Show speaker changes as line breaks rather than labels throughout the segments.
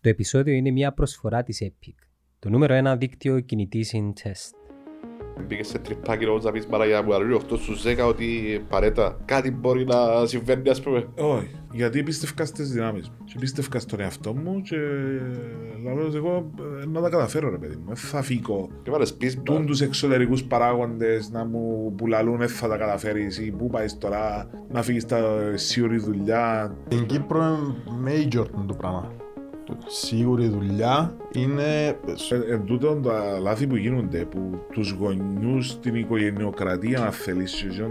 Το επεισόδιο είναι μια προσφορά της Epic, το νούμερο 1 δίκτυο κινητής in test.
Μπήκες σε τρυπάκι λόγω να πεις Μαραγιά μου, αλλά 8 στους 10 ότι παρέτα κάτι μπορεί να συμβαίνει ας πούμε.
Όχι, γιατί πίστευκα στις δυνάμεις μου. Και πίστευκα στον εαυτό μου και λέω εγώ ε, να τα καταφέρω ρε παιδί μου. Ε, Θα φύγω.
Και βάλες πεις
Τούν
μα,
τους εξωτερικούς παράγοντες να μου πουλαλούν, ε, θα τα καταφέρεις ή πού πάεις τώρα, να φύγεις στα σίγουρη δουλειά.
Στην Κύπρο είναι major το πράγμα. Το σίγουρη δουλειά είναι...
Ε, Εν τούτον τα λάθη που γίνονται, που τους γονιούς, την οικογενειοκρατία, αν θέλει,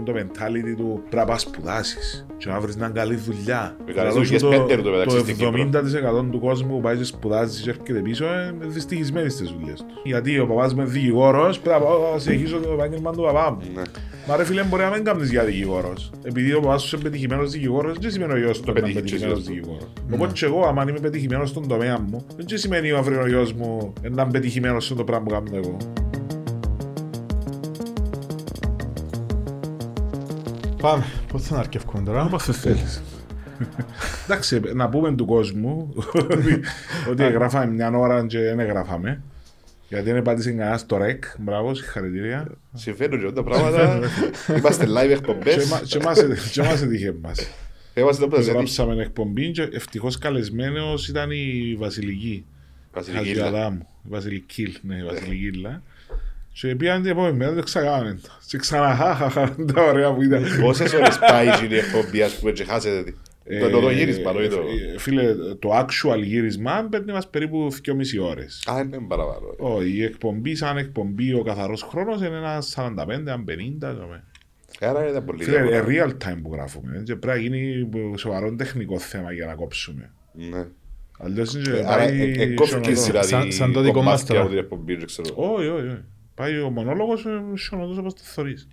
το mentality του πρέπει να πας σπουδάσεις και να βρεις μια καλή δουλειά.
Οι Ε, καλές
Λαλό σου
δουλειές πέντε ρε το μεταξύ στην Κύπρο.
70% του κόσμου που πάει και σπουδάζει και έρχεται πίσω είναι δυστυχισμένοι στις δουλειές τους. Γιατί ο παπάς με δικηγόρος πρέπει να πάω να συνεχίσω το επάγγελμα του παπά μου.
Ναι.
Μα ρε φίλε, μπορεί να μην κάνεις για δικηγόρος. Επειδή ο παπάς σου είναι πετυχημένος δικηγόρος, δεν σημαίνει ο γιος του Ναι. είναι
πετύχει και
πετυχημένο
εσύ.
δικηγόρο. Οπότε και εγώ, άμα είμαι πετυχημένος στον τομέα μου, δεν και σημαίνει ο αύριο ο γιος μου να είμαι πετυχημένο στον το πράγμα που κάνω εγώ.
Πάμε, πώς θα αρκευκούν τώρα.
Όποτε θέλεις. Εντάξει, να πούμε του κόσμου ότι- ότι έγραφαμε μια ώρα και δεν έγραφαμε. Γιατί δεν πάτησε κανένας στο ρεκ. Μπράβο, συγχαρητήρια.
Συμβαίνουν και τα πράγματα. Είμαστε live
Και μα-
εκπομπές.
και μας- Και μας έτυχε εμάς.
Είμαστε όπου θα σε δείξει.
Γράψαμε εκπομπή και ευτυχώς καλεσμένος ήταν η Βασιλική.
Βασιλική Ήλα.
Χατζιαδάμου. Η Βασιλική, ναι, η Βασιλική Ήλα. Και πήγαν την επόμενη μέρα, δεν ξαγάμε το. Και ξανά, χαχαχα, τα ωραία που ήταν.
Πόσες ώρες πάει γίνει η εκπομπή ας πούμε και χάσετε.
Ε,
Το το- το γύρισμα
ε,
εννοείται.
ε, Φίλε, το actual γύρισμα παίρνει μας περίπου 2,5 ώρες.
Α, είναι παραπάνω.
Ω, η εκπομπή, σαν εκπομπή, ο καθαρός χρόνος είναι ένα 45-50. νομίζω.
Άρα ήταν πολύ
Φίλε,
διαφορά.
ε, real time που γράφουμε. ε, Και πρέπει να γίνει σοβαρό τεχνικό θέμα για να κόψουμε.
Ναι.
Αλλιώς είναι
Ε,
και
Άρα
πάει...
ε, ε, κόφηκες
σιωνοδός.
δηλαδή
Σαν- σαν το δικό
κομμάτια
μας τώρα.
από την εκπομπή, δεν ξέρω.
Όχι, όχι, όχι. Πάει ο μονόλογος ε, σιωνοδός όπως το θωρείς.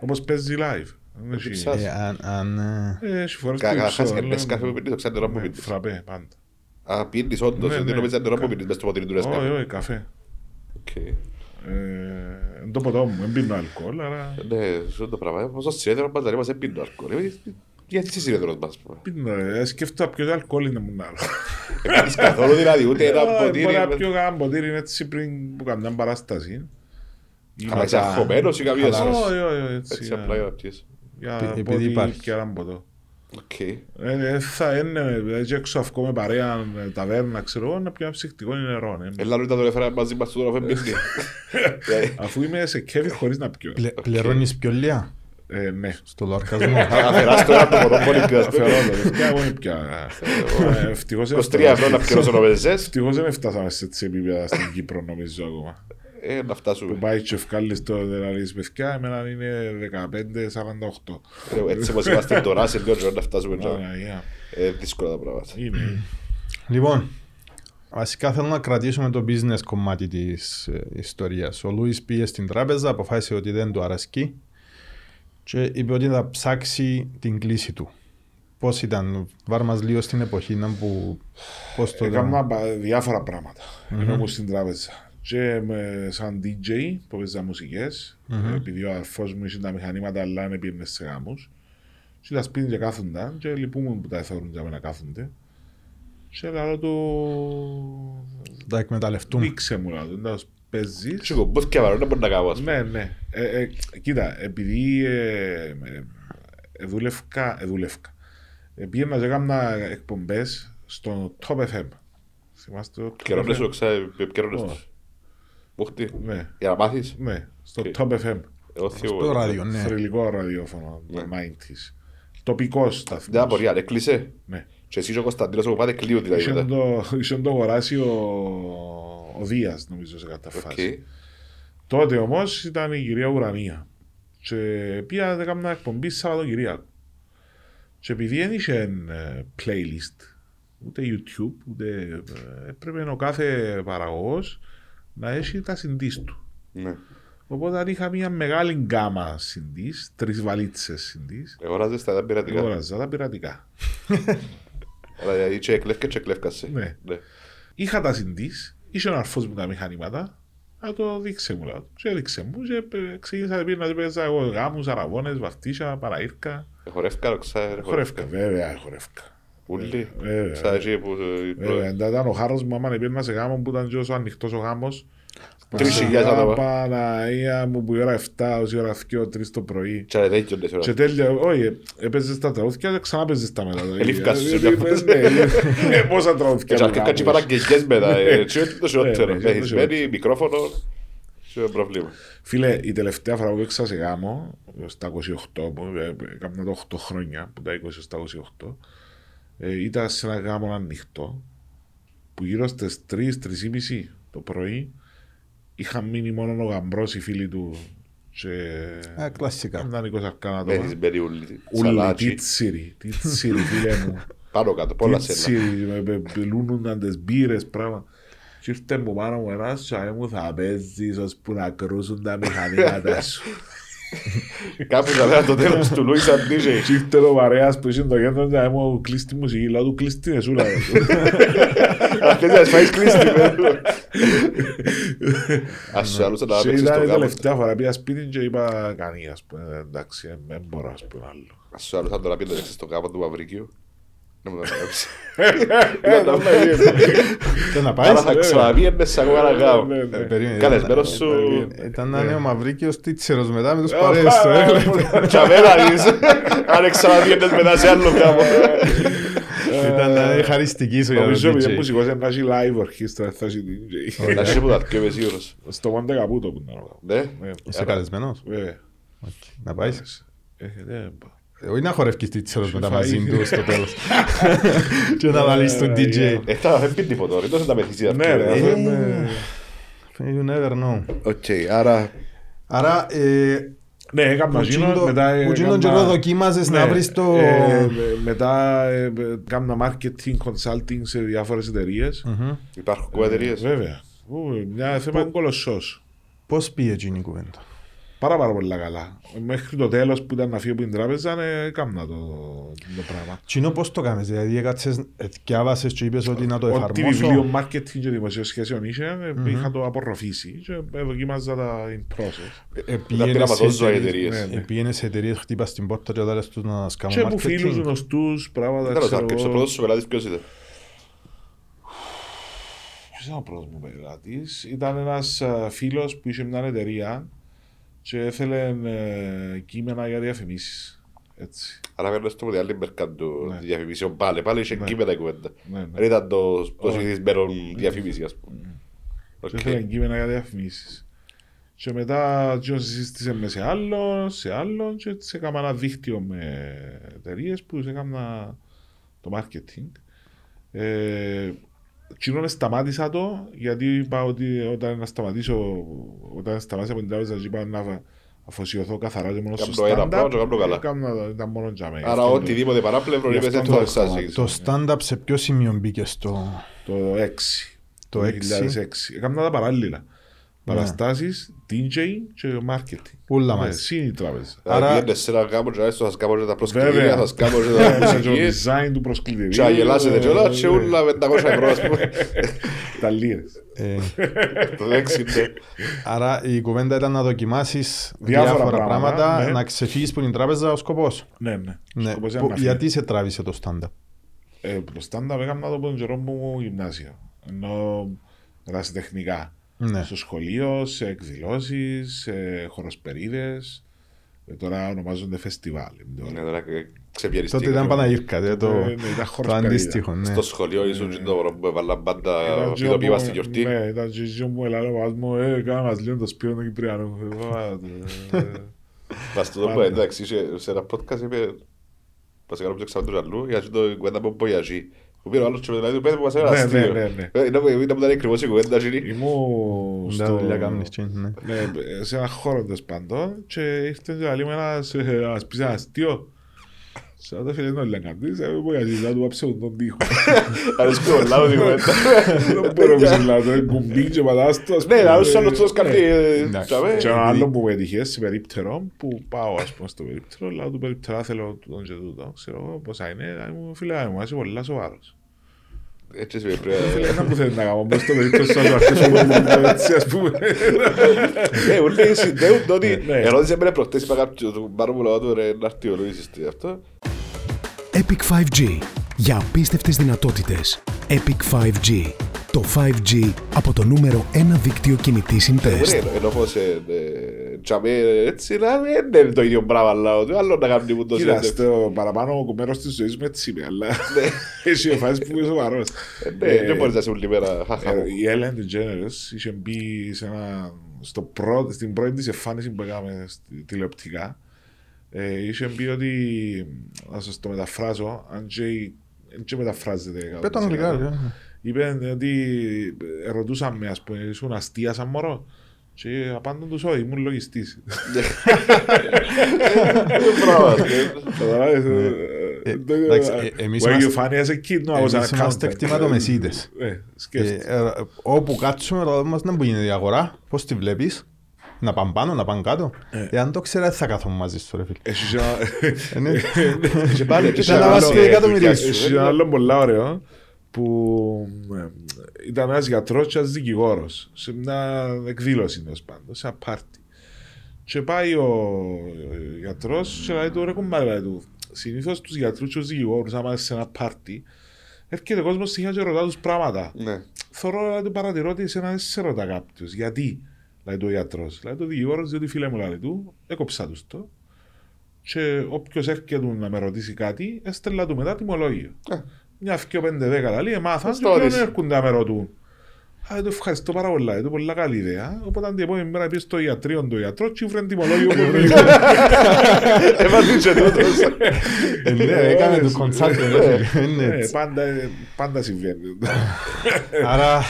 Όπως παίζει live. Δεν έχει-
ψάχνει.
Ε, αν- αν, ε,
Ε, Έχει φορές που
Καταρχάς,
ξέρω, λέω,
έπαιρνες καφέ που πίνεις, το ξένο νερό που
ναι,
πίνεις.
Φραπέ, πάντα.
Α, πίνεις όντως,
Ναι,
δεν
ναι. ε,
νομίζεις νερό που πίνεις μες στο ποτήρι του ρες
Όχι,
καφέ.
όχι, καφέ.
Οκ.
Ε, εν το ποτό μου, δεν πίνω αλκοόλ, άρα
Ναι, σου το πράγμα. Πόσο συνέδριο μας λέει μας δεν πίνω αλκοόλ. Ε, Γιατί είσαι συνέδριος μας. πούμε.
πίνω. ε, Σκέφτομαι ποιο αλκοόλ είναι μου να λέω.
Ε, πίνεις καθόλου δηλαδή ούτε ένα
Ε,
ποτήρι.
Μπορεί να
με-
πιω κανένα ποτήρι έτσι πριν που καμιά παράσταση. Ή
Αλλά είσαι
μετά-
αγχωμένος ή καμία
Χαλαρός.
σχέση.
Όχι, όχι, όχι, έτσι,
Έτσι
για-
απλά ε, για να πιείς.
για
Ε, Επειδή
πότι
υπάρχει.
και έναν ποτό.
Οκ.
Ε, ε, Θα είναι έτσι έξω αυκό με παρέα ε, ταβέρνα, ξέρω εγώ, να πιω ένα ψυχτικό νερό. ναι.
Έλα Λούτα, τον έφερα μαζί μας του τώρα φέμπινι.
Αφού είμαι σε κέφι χωρίς να πιω.
πλε- Πληρώνεις πιο λίγα
Ε, Ναι,
στο λογαριασμό.
Αφαιράς τώρα το μονοπόλι πια.
αφαιρώνω. δεν πιάω, εγώ δεν πιάω. Ε, ευτυχώς δεν
23
φτάσαμε.
ευρώ να πιέρωσω να πεζές.
Ευτυχώς δεν φτάσαμε σε έτσι επίπεδα στην Κύπρο νομίζω ακόμα.
Ε, να
Που
φτάσουμε.
πάει και ευκάλλεις το δελαρίες παιδιά, εμένα είναι 15-48.
Ε, Έτσι όπως είμαστε τώρα, σε δύο να φτάσουμε. τώρα.
Παναγία.
Ε, Δύσκολα τα πράγματα.
Είναι.
Λοιπόν, βασικά θέλω να κρατήσουμε το business κομμάτι της ιστορίας. Ο Λούις πήγε στην τράπεζα, αποφάσισε ότι δεν του αρέσκει και είπε ότι θα ψάξει την κλίση του. Πώς ήταν, βάρ μας λίγο στην εποχή να που. Πώς το
Έκανα πα- Ε, διάφορα πράγματα. Ενώ μου στην τράπεζα. Και με- σαν DJ που παίζα μουσικές, επειδή ο αρφός μου είχε τα μηχανήματα αλλά δεν πήγαινε σε γάμους. Και τα σπίτια και κάθονταν και λυπούμουν που τα θεωρούν για μένα κάθονται. Και λέω του,
τα εκμεταλλευτούμε.
δείξε μου λέω του, να τους παίζεις.
Σου κομπούς και βαρό, να μπορεί να κάνω. ας πούμε.
Ναι, ναι. Ε, ε, κοίτα, επειδή ε, ε, ε, δούλευκα, ε, δούλευκα. Ε, πήγαινα και έκανα εκπομπές στο Top FM. Θυμάστε το Top
Καιρώνες
FM?
σου, ξέ- επικαιρώνες
Ω.
τους. Μούχτη.
Ναι,
Για να μάθεις.
ναι, στο
Οκ.
Top FM.
Εγώ θείο.
Στο ράδιο, ναι.
Θρηλυκό ραδιόφωνο, το
Ναι.
90s. Τοπικός σταθμός.
Μια απορία, ρε, κλείσε.
Ναι.
Και εσύ και ο Κωνσταντίνος ο Κοπάτε κλείουν δηλαδή.
Ήσον
μετά.
το, ήσον το αγοράσει ο, ο Δίας, νομίζω, σε
Οκ.
καταφάση. Τότε όμως ήταν η κυρία Ουρανία. Και πήγα να κάνω μια εκπομπή Σαββατοκυριακό. Και επειδή δεν είχε ε, playlist, ούτε YouTube, ούτε. ε, έπρεπε ο κάθε παραγωγός να έχει τα συντής του.
Ναι.
Οπότε αν είχα μια μεγάλη γκάμα συντής, τρεις βαλίτσες συντής,
Εγοράζες τα ήταν πειρατικά.
αγόραζα τα πειρατικά.
Αλλά δηλαδή και εκλέφκε και εκλέφκασε.
Ναι.
Ναι.
Είχα τα συντής, είχε ένα αρφός μου τα μηχανήματα, να το δείξε μου. Λέω. Και έδειξε μου, και ε, ξεκίνησα να πει- να παίζα εγώ γάμους, αραβώνες, βαφτίσια, παραήρκα.
Χορεύκα, ροξά,
Χορεύκα, βέβαια, χορεύκα.
Ούλοι.
Ε, ε,
Σαν εσύ που...
Βέβαια, εντά ήταν ο χάρος μου, άμα πήγαινα σε γάμο που ήταν τόσο ανοιχτός ο γάμος.
Τρεις χιλιάδες άτομα.
Παναία μου που η ώρα 7 ως η ώρα 2, 3 το πρωί.
Τσαρετέκιον δεν
Και
θέλω.
τέλεια, όχι, έπαιζες τα τραγούδια και ξανά παίζες τα μετά.
Ελήφκας τους, ε,
Ε, ε, ναι, ε, ε, Πόσα τραγούδια.
Και
του
αρχικά
γάμου.
κάτσε παραγγελιές μετά. ε, Έτσι είναι το χειρότερο.
Ναι. Ε, ναι, είναι το
Μεθυσμένοι, μικρόφωνο. Σε πρόβλημα.
Φίλε, η τελευταία φορά που έξα σε γάμο, στα 28, που, ε, έκανα το 8 χρόνια, που τα 20 στα 28, ε, ήταν σε ένα γάμο ανοιχτό, που γύρω στις 3-3.30 το πρωί είχαν μείνει μόνο ο γαμπρός, οι φίλοι του και
Ε,
Α, κλασικά.
ήταν 20 αρκάνα άτομα.
Μεθυσμένοι ούλοι.
Ούλοι,
ε, Σαλάτσι.
τίτσιροι, τίτσιροι φίλε μου.
Πάνω κάτω, πολλά σένα.
Τίτσιροι, με- με- με λούνουνταν τις μπύρες, πράγμα. Και ήρθε μου πάνω μου ένας και μου θα παίζεις ώσπου να κρούσουν τα μηχανήματα σου.
Κάπου θα λέγανε το τέλος του Λούις Αντίζε.
Και ήρθε το παρέας που είσαι το κέντρο και μου κλείσει τη μουσική, λέω του κλείσει την εσούλα. ρε».
Αυτές να σφάεις κλείστη. βέβαια. Ας σου άλλωσα να
Και
παίξεις το
ήταν η
γάμο.
τελευταία φορά πήγα σπίτι και είπα κανείς, ας πούμε, εντάξει, δεν μπορώ, ας πούμε, άλλο.
Ας σου άλλωσα να παίξεις στο γάμο του Μαυρικίου. Να μου το ανακάψει.
Ε, να με βγαίνει.
Και να πάει.
Άρα θα ξαναπήγαινε σε ακόμα ένα γάμο.
Ναι, ναι, ναι.
Καλεσμένος σου...
Ήταν ένα νέο μαυρίκιος τίτσερος μετά με τους
Ε,
παρέες του.
ε,
ε.
Τσαβέρα δεις. Αν ξαναπήγαινες μετά σε άλλο γάμο.
Ήταν ε, χαριστική σου για
Νομίζω
τον
ότι ο
DJ.
μουσικός είναι να έχει live ορχήστρα, θα έχει DJ.
Να σου πω τα πιο μεσίγουρος.
Στο Μόντε Καπούτο που ήταν. ο
Ναι.
γάμος. Ε,
Είσαι καλεσμένος.
Βέβαια.
Να πάεις.
Ε, δεν πάω.
Όχι να χορεύκεις τίτσερος μετά μαζί
Φάει.
του στο τέλος. Και να λαλείς τον DJ.
Ε, τα- Δεν πει τίποτα, ρε, τόσο τα μεθυσία.
Ναι, ρε,
¿eh?
αυτό είναι-
You never know.
Οκ, άρα...
Άρα, ε,
Ναι, έκανα γίνο, μετά
που
έκανα...
γίνον καιρό δοκίμαζες να
Ναι,
βρεις το...
ε, με- μετά ε, ε, κάμνα marketing consulting σε διάφορες εταιρείες.
Μμμ.
Υπάρχουν κουβατερίες.
Βέβαια. Ου, Μια θέμα είναι κολοσσός.
Πώς πήγε εκείνη η κουβέντα.
Πάρα πάρα πολύ καλά. Μέχρι το τέλος που ήταν να φύγω από την τράπεζα, ε, έκανα το, το πράγμα.
Τσινό πώς το κάνεις, δηλαδή έκατσες, ε, διάβασες και είπες ότι να το
Ό,τι
εφαρμόσω.
βιβλίο marketing και δημοσίων σχέσεων είχε, ε, είχα το απορροφήσει και ε, δοκίμαζα τα in process.
Ε,
Τα πήρα
πήγαινες σε
παθόζω
εταιρείες-
εταιρείες.
ε, Πήγαινες σε εταιρείες, χτύπας την πόρτα και οδάρες τους να
Ναι, Και
σκάμουν
που φίλους
marketing.
γνωστούς, πράγματα,
Τέλος,
ξέρω
Άρκετ, ο
εγώ.
πρώτος σου πελάτης ποιος ήταν.
Ποιος ήταν ο πρώτος μου πελάτης. Ήταν ένας ε, φίλος που είχε μια εταιρεία και έθελε ε, κείμενα για διαφημίσεις. Έτσι.
Άρα παίρνεις το διάλειμμα μερκάντου
Ναι.
διαφημίσεων πάλι, πάλι είχε κείμενα η κουβέντα.
Ναι, ναι.
Δεν ήταν το το
Όχι.
συνηθισμένο διαφήμιση, ας πούμε. Οκ.
Και έθελε κείμενα για διαφημίσεις. Και μετά τζιόν συζήτησε μες σε άλλον, σε άλλον και έτσι έκανα ένα δίκτυο με εταιρείες που τους έκανα το marketing. Ε, Κοινό σταμάτησα το γιατί είπα ότι όταν να σταματήσω, όταν σταμάτησα από την τράπεζα είπα να αφοσιωθώ καθαρά και μόνο στο
Κάμνω ένα
stand-up.
πράγμα και κάμνω καλά.
Ε, κάμνω- ήταν μόνο για μένα.
Άρα
Αυτό
οτιδήποτε παράπλευρο
Γι'
είπες
αυτό
δεν
το
το εξάζει.
σταμάτησα.
Το stand-up σε ποιο σημείο μπήκε στο...
Το 6.
Το
2006. Έκανα τα παράλληλα. Παραστάσεις, DJ και marketing.
Όλα
Ναι,
μαζί.
Συν η τράπεζα.
Άρα
Άρα-
πήγαινες σε ένα γάμο και να έρθεις, θα σας κάνω και τα
Βέβαια.
προσκυνήρια, θα σας κάνω και τα
Έκανα και Το
μουσικής.
design του προσκυκληρίου.
Και αγελάσετε κιόλα και
Ε,
ούλα 500 ευρώ, ας πούμε.
Τα λίρες.
ε,
Το έξι είναι.
Άρα η κουβέντα ήταν να δοκιμάσεις
Διάφορα
διάφορα
πράγματα,
πράγματα,
ναι.
να ξεφύγεις που είναι η τράπεζα ο σκοπός.
Ναι, ναι.
Ναι.
Σκοπός ήταν
Που-
να φύγεις.
γιατί σε τράβησε το stand-up.
Ε, Το stand-up έκανα το από τον καιρό μου γυμνάσιο. Ενώ δρασιτεχνικά.
Ναι.
Στο σχολείο, σε εκδηλώσεις, σε χοροσπερίδες. Τώρα ονομάζονται φεστιβάλ. είναι τώρα.
Ναι, τώρα ε, ξεπιεριστήκα.
Τότε ήταν Παναγίρκα, δε,
Ε, ναι,
το,
ήταν
το
χοροσπερίδα. Ε,
αντίστοιχο. Ναι.
Στο σχολείο ήσουν και το μωρό που έβαλα
Ήταν
πάντα
και
φυτοπίβα
όπου-
στη γιορτή.
Ναι, ήταν και γιο μου ελάλε ο παπάς μου, ε, κάνα μας λίγο το σπίτι των Κυπριανών. Ε, παπά, ε, ε.
Μας το
πάντα.
δούμε, εντάξει, είχε- σε ένα podcast είπε «Μας έκανα πιο ξαπάντους αλλού, για να το κουβέντα από μπογιαζί». Που πήρε ο άλλος και με το λάδι του «Πες μου, μας ένα
Ναι,
αστείο».
ναι, ναι, ναι.
Ε, είναι που- είναι που ήταν ακριβώς η κουβέντα γίνει.
Ήμουν
Ναι,
στο-
δουλειά κάνεις, τσιν, ναι.
Ναι, σε ένα χώρο τέλος πάντων και ήρθε και λέει με ένας, ε, ένας πεις ένας αστείο. Σαν το φίλες είναι όλοι αγαπητοί, σε μου γιατί ε, να του πάψε τον τοίχο.
Αρέσκει πολλά μου την κουβέντα.
Δεν μπορώ να μιλάω, δεν κουμπί και πατάς το. ας
Ναι,
πούμε,
άλλος
ε,
άλλος τόσο
ναι.
κάτι, ε,
Εντάξει.
τσάμε.
Και ένα άλλο που πετυχές σε περίπτερο που πάω ας πούμε στο περίπτερο λέω του περίπτερα θέλω τον και τούτο ξέρω εγώ πόσα είναι λέει μου φίλε μου είσαι πολύ σοβαρός
Έτσι σημαίνει, πρέπει
Φίλε ένα που θέλει να κάνω μπες στο περίπτερο σαν να αρχίσω να μου έτσι ας πούμε
να- Ε, όλοι συνδέουν το ότι-
Ναι.
ερώτησε με προχτές, είπα κάποιον, του Μάρου μου, λέω του, ρε, να έρθει ο Λουίς, τι, αυτό.
Epic 5G για απίστευτες δυνατότητες. Epic 5G. Το 5G από το νούμερο 1 δίκτυο κινητής συντεστ.
Ωραία, ενώ πως τσαμί έτσι να μην είναι το ίδιο πράγμα αλλά το άλλο να κάνει που το
Κοίτας,
σύνδεψε.
το παραπάνω ο κουμέρος της ζωής με έτσι είναι, αλλά έχει εμφάνιση που είμαι σοβαρός.
Ναι,
Ε,
δεν μπορείς να είσαι όλη μέρα χαχά.
Ε, Η Ellen DeGeneres είχε μπει σε ένα, στο πρώτο, στην πρώτη της εμφάνιση που έκαμε στη- τηλεοπτικά. Ε, είχε μπει ότι, να σας το μεταφράσω, αν και, η- δεν και μεταφράζεται κάπου
Πες το
στην
αγγλικά,
Ελλάδα.
ρε.
Είπε ότι ε, ρωτούσαν με, ας πούμε, ήσουν αστεία σαν μωρό. Και απάντων τους, όχι, ήμουν λογιστής. Καταλάβες. ε,
Ε,
ε, το-
εντάξει, ε, εμείς
Where you
είμαστε-
funny as a kid, no, I was an
Εμείς είμαστε
accountant.
κτηματομεσίτες.
Ε,
Ε,
σκέφτεσαι.
ε, Όπου κάτσουμε, ρωτάμε μας να που γίνεται η αγορά, πώς τη βλέπεις, να πάνε πάνω, να πάνε κάτω.
Ε.
Εάν το ξέρα, θα κάθομαι μαζί σου, ρε φίλε.
Έχεις ένα-
Ε, ναι.
Και πάλι,
Και
και
τα αναβάσεις και εκατομμυρίες σου.
Έχει ένα άλλο πολύ ωραίο που ε, ήταν ένας γιατρός και ένας δικηγόρος σε μια εκδήλωση τέλος πάντων, σε ένα πάρτι. Και πάει ο γιατρός και λέει του ρε κουμπάρε λέει του. Συνήθως τους γιατρούς και τους δικηγόρους, άμα είσαι σε ένα πάρτι, έρχεται ο κόσμος στοιχεία και ρωτά τους πράγματα.
Ναι.
Θωρώ να του παρατηρώ ότι εσένα δεν σε ρωτά κάποιος. Γιατί, λέει του γιατρός. Λέει του δικηγόρος, διότι φίλε μου, λέει του, έκοψα τους το. Και όποιος έρχεται να με ρωτήσει κάτι, έστελνα του μετά τιμολόγιο.
Ε.
Μια φτυο πέντε δέκα λαλή, εμάθαν και
Stories.
πλέον έρχονται να με ρωτούν. Α, του ευχαριστώ πάρα πολύ, λέει του, πολλά καλή ιδέα. Οπότε την επόμενη μέρα πήγε στο ιατρείο του γιατρό και βρήκε τιμολόγιο που βρήκε.
Έβαζε και τούτος.
Ε, ναι, Έκανε το consultant, ρε φίλε. Ε, ναι,
Ε,
έτσι.
πάντα- Πάντα συμβαίνει.
Άρα,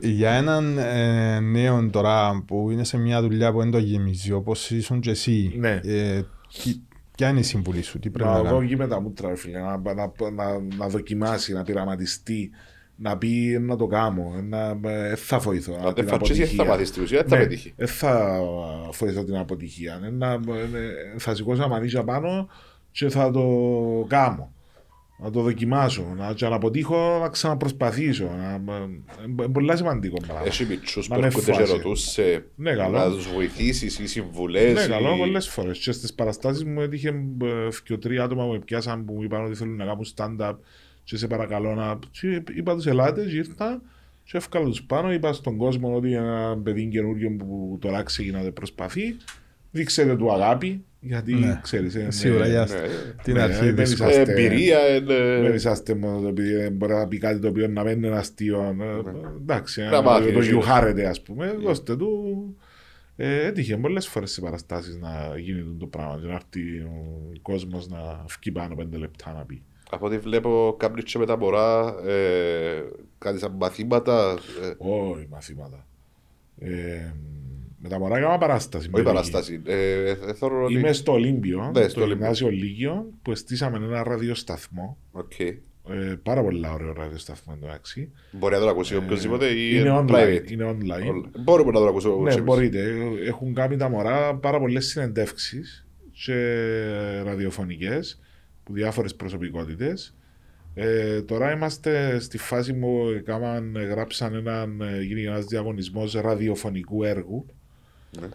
για έναν ε, νέο τώρα που είναι σε μια δουλειά που δεν το γεμίζει, όπως ήσουν και εσύ,
Ναι.
ε, τι- ποια είναι η συμβουλή σου, τι πρέπει
Μα
να
εγώ
κάνει.
εκεί με τα μούτρα, ρε φίλε, να, να, να, να δοκιμάσει, να πειραματιστεί, να πει «Ε, να το κάνω, ε, να, ε, ε, θα βοηθώ.
Αν δεν φατσίσεις θα μάθεις την ουσία, δεν θα πετύχει.
Δεν θα βοηθώ την αποτυχία. ε, να, ε, θα σηκώσω μανίζα πάνω και θα το κάνω. Να το δοκιμάσω, να, και αν αποτύχω να ξαναπροσπαθήσω. Να, ε, ε, ε, πολύ σημαντικό πράγμα.
Έχει μητσούς που
Να με
έρχονται και
φάζει.
ρωτούς σε-
Ναι, καλό.
να τους βοηθήσεις ή συμβουλές.
Ναι,
ή-
καλό πολλές φορές. Και στις παραστάσεις μου έτυχε ε, και τρία άτομα που με πιάσαν που μου είπαν ότι θέλουν να κάνουν stand-up. Και σε παρακαλώ να. Και είπα τους ελάτες, ήρθα. Και έφυγα τους πάνω. Είπα στον κόσμο ότι ένα παιδί καινούριο που τώρα ξεκινά να προσπαθεί. Δείξετε του αγάπη. Γιατί
Ναι.
ξέρεις, ε, είναι-
Σίγουρα, για
ναι, ναι.
την
Ναι,
αρχή
δεν
της.
είσαι-
Ε,
Είσαστε-
Εμπειρία, ε, ναι.
Δεν είσαστε μόνο το επειδή δεν μπορεί να πει κάτι το οποίο να μένει ένα αστείο. Ε, Εντάξει,
Ναι. Να μάθει, Ναι.
το
εσύ.
γιουχάρετε, ας πούμε. Δώστε του. Ε, έτυχε πολλές φορές σε παραστάσεις να γίνει το πράγμα. και Να έρθει ο κόσμος να βγει πάνω πέντε λεπτά να πει.
Από ό,τι βλέπω, κάποιοι και μεταφορά ε, κάτι σαν μαθήματα. ε,
Όχι, μαθήματα. Ε, με τα μωρά έκανα παράσταση.
όχι
παιδική.
παραστάση. Ε, ε, ε, θεωρώ ότι.
Είμαι στο Ολύμπιο,
Ναι,
ναι,
στο
στο
Ολύμπιο.
Γυμνάσιο Λίγιο, που στήσαμε ένα ραδιοσταθμό.
Οκ.
Ε, πάρα πολύ ωραίο ραδιοσταθμό εντωμεταξύ.
Μπορεί να το ακούσει οποιοδήποτε ή
Είναι online.
Ε, private.
Είναι online.
Όλα. Μπορούμε να το ακούσουμε.
Ναι,
όπως εμείς.
μπορείτε. Έχουν κάνει τα μωρά πάρα πολλές συνεντεύξεις και ραδιοφωνικές που διάφορες προσωπικότητες. Ε, τώρα είμαστε στη φάση που έκαναν, γράψαν έναν, ε, γίνει ένας διαγωνισμός ραδιοφωνικού έργου.
Ναι.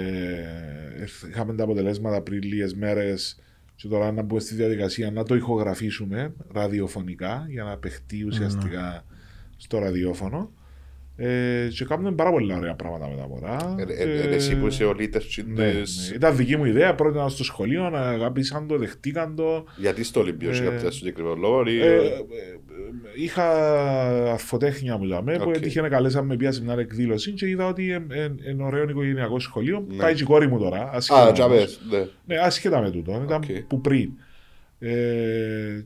Ε, είχαμε τα αποτελέσματα πριν λίγες μέρες και τώρα να μπούμε στη διαδικασία να το ηχογραφήσουμε ραδιοφωνικά για να παιχτεί ουσιαστικά στο ραδιόφωνο. Ε, και κάνουμε πάρα πολλά ωραία πράγματα με τα μωρά.
Ε, ε,
Ε,
ε, Εσύ που είσαι ο leadership
ναι, ναι.
της-
Ήταν δική μου ιδέα, πρότεινα στο σχολείο, να αγαπήσαν το, δεχτήκαν το.
Γιατί στο Ολυμπίο έχει
Ε,
κάποια συγκεκριμένο λόγο. ή-
Ε, ε, ε, είχα αρφοτέχνια μου λέμε, που
Οκ.
έτυχε να καλέσαμε πια σε μια εκδήλωση και είδα ότι είναι ωραίο οικογενειακό σχολείο.
Ναι.
Πάει και η κόρη μου τώρα.
Α,
ασχετά όμως.
τζαμπές, ναι.
Ναι, άσχετα με τούτο. Ήταν
Οκ.
που πριν. Ε,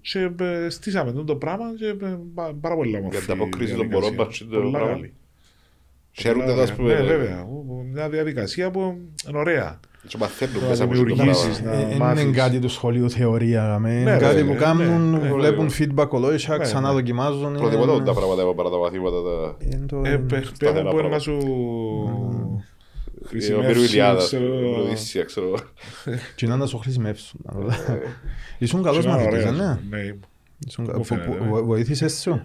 και ε, στήσαμε τούτο το πράγμα και ε, πα- πάρα πολύ όμορφη.
Για ανταποκρίση των
διαδικασία.
μωρών μας στο
Πολλά
πράγμα.
καλή.
Χαίρονται εδώ,
Πολλά
ας πούμε. ε,
Ναι, βέβαια. Ο- Μια διαδικασία που είναι ωραία.
Και μαθαίνουν
Να
μέσα από το
δημιουργήσεις, ναι.
πράγμα.
να
Ε, εν Είναι
μάθεις.
κάτι του σχολείου θεωρία, γαμέ. είναι
ρε,
κάτι
ρε,
που
ναι,
κάνουν,
ναι,
βλέπουν
ναι.
feedback ολόισα,
Ναι,
ξανά
ναι.
δοκιμάζουν. ε, είναι-
Προτιμώ τα πράγματα από παρά τα μαθήματα. τα-
είναι το-
Ε, παι-
σταθερά
Παιδόν μπορεί
πράγματα.
να σου
Ε, Ο Μύρου Ηλιάδας,
ξέρω
η
εγώ.
Οδύσσια, ξέρω εγώ.
Και να τα σου χρησιμεύσουν. να ρωτά. Ήσουν καλός
Ξέρω,
μαθητής,
ωραίος.
ε, ναι.
Ναι.
Ήσουν κα-
Ε, Μου
που-
φαίνεται,
που-
ναι.
βο- Βοήθησες σου.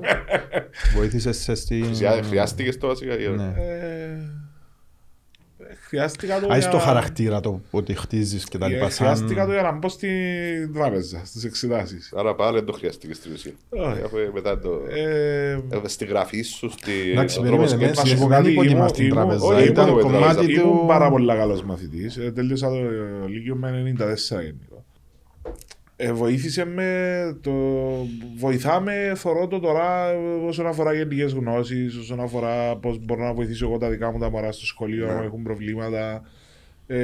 Βοήθησες σε Ναι. στη...
Ναι.
Χρειά- Χρειάστηκες το βασικά. για-
Ναι.
Ε, Χρειάστηκα το.
Α,
για-
είσαι το χαρακτήρα το ότι χτίζεις και τα
Ε,
λοιπά.
Χρειάστηκα το για
Σαν...
να μπω στην τράπεζα, στις εξετάσεις.
Άρα πάλι δεν το χρειαστήκε στην ουσία.
Όχι.
Αφού Μετά το. ε, Στη γραφή σου, στη.
Εντάξει,
ο
ε,
περίμενε,
τρόπος
ναι,
σκέψης
σου
σου.
πω κάτι, ήμουν- ήμουν-
όχι,
Ήταν
ήμουν-
κομμάτι
ήμουν
του...
Ήμουν πάρα πολύ καλός μαθητής. Ε, Τέλειωσα το ε, Λύκειος με 94 γενικό. Ε, βοήθησε με, το... βοηθάμε, θεωρώ το τώρα ε, όσον αφορά γενικές γνώσεις, όσον αφορά πώς μπορώ να βοηθήσω εγώ τα δικά μου τα μωρά στο σχολείο,
Ναι.
αν έχουν προβλήματα. Ε,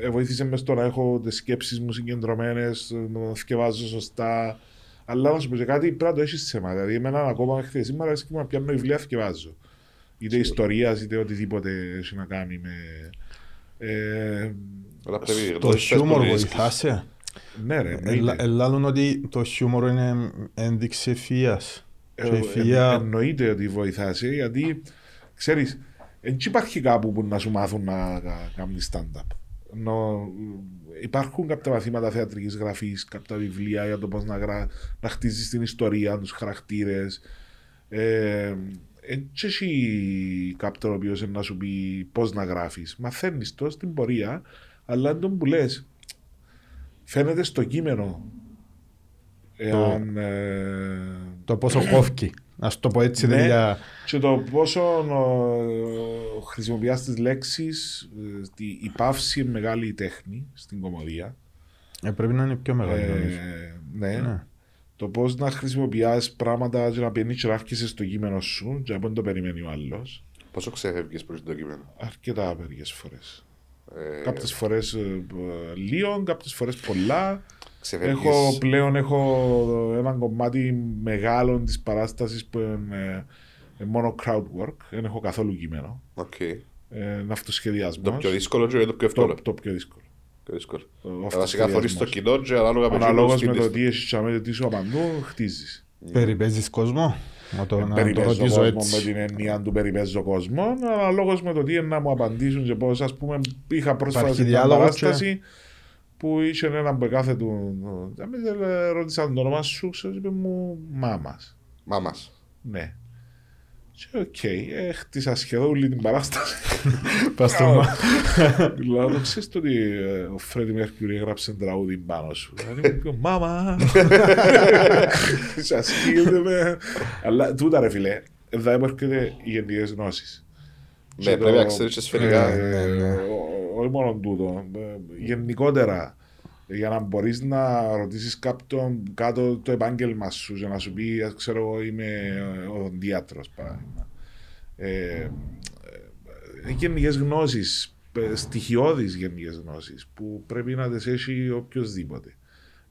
ε, βοήθησε με στο να έχω τις σκέψεις μου συγκεντρωμένες, να θυκευάζω σωστά. Αλλά να σου πω και κάτι, πρέπει να το έχεις θέμα. Δηλαδή, εμένα ακόμα μέχρι και σήμερα αρέσει και να πιάνω βιβλία θυκευάζω. Είτε ιστορίας, είτε οτιδήποτε έχει να κάνει με. Ε,
Αλλά πρέπει-
Το
γνώριζες
χιούμορ
πολύ
βοηθάσαι.
ναι, ρε.
Ελα-
εννοείται.
Ελάλλουν ότι το χιούμορ είναι ένδειξη ευφυίας.
Ε,
Και
ε,
ευφυία-
εννοείται ότι βοηθάσαι, γιατί ξέρεις, δεν υπάρχει κάπου που να σου μάθουν να κα- κάνουν stand-up. Ενώ, ε, υπάρχουν κάποια μαθήματα θεατρικής γραφής, κάποια βιβλία για το πώς να, γρα... να χτίζεις την ιστορία, τους χαρακτήρες. Ε, έτσι έχει κάποιον ο οποίος να σου πει πώς να γράφεις. Μαθαίνεις το στην πορεία, αλλά αν τον που λες, φαίνεται στο κείμενο. Εάν, ε,
Το πόσο κόφκι. Να σου το πω έτσι,
Ναι.
δεν για...
και το πόσο χρησιμοποιάς τις λέξεις, η παύση είναι μεγάλη τέχνη στην κομμωδία.
Ε, πρέπει να είναι πιο μεγάλο. νομίζω.
Ε, ναι.
Ναι.
Το πώς να χρησιμοποιεί πράγματα και να παίρνει και να έρχεσαι στο κείμενο σου, και να μην το περιμένει ο άλλος.
Πόσο ξεφεύγεις προς το κείμενο.
Αρκετά μερικές φορές.
Ε,
Κάποιες φορές λίγο, κάποιες φορές πολλά.
ξεφεύγεις-
Έχω, πλέον έχω ένα κομμάτι μεγάλο της παράστασης που είναι ε, μόνο crowd work. Δεν έχω καθόλου κείμενο.
Οκ.
ε, αυτοσχεδιασμός.
Το πιο δύσκολο και το πιο
το,
εύκολο.
το πιο δύσκολο.
Πιο δύσκολο.
Ο
Ε, Βασικά
αυτοσχεδιασμός.
φορείς το κοινό και ανάλογα με
Αναλόγως
εκείνους
ναι. με το
στείλεις.
τι έχεις τσαμέ, τι σου απαντούν, χτίζει.
Περιπέζεις κόσμο. Να
Ε,
το, να το
Περιπέζω
ρωτήσω
κόσμο
έτσι.
με την έννοια του περιπέζω κόσμο, αναλόγως με το τι είναι να μου απαντήσουν και πώς. Ας πούμε, είχα πρόσφατα
Υπάρχει
στην
διάλογος
παράσταση που είχε έναν από κάθε του. Δεν με ρώτησαν το όνομα σου, ξέρω, είπε μου μάμας.
Μάμας.
Ναι. Και οκ, ε, χτίσα σχεδόν όλη την παράσταση.
Πας στο μα-
Λέω, Δηλαδή, το ξέρεις το ότι ε, ο Φρέντι Μέρκουρι έγραψε τραγούδι πάνω σου. Δηλαδή, μου είπε, μάμα. Σας γίνεται με... Αλλά τούτα ρε φίλε, εδώ έρχονται οι γενικές γνώσεις.
Ναι,
Και
πρέπει να
το-
ξέρεις και σφαιρικά.
ε, ο- Όχι μόνο τούτο, ε, γενικότερα. Για να μπορείς να ρωτήσεις κάποιον κάτω το επάγγελμα σου, για να σου πει, «Ας ξέρω εγώ, είμαι οδοντίατρο, παράδειγμα. Ε, γενικές γνώσεις, ε, στοιχειώδεις γενικές γνώσεις που πρέπει να τις έχει οποιοδήποτε.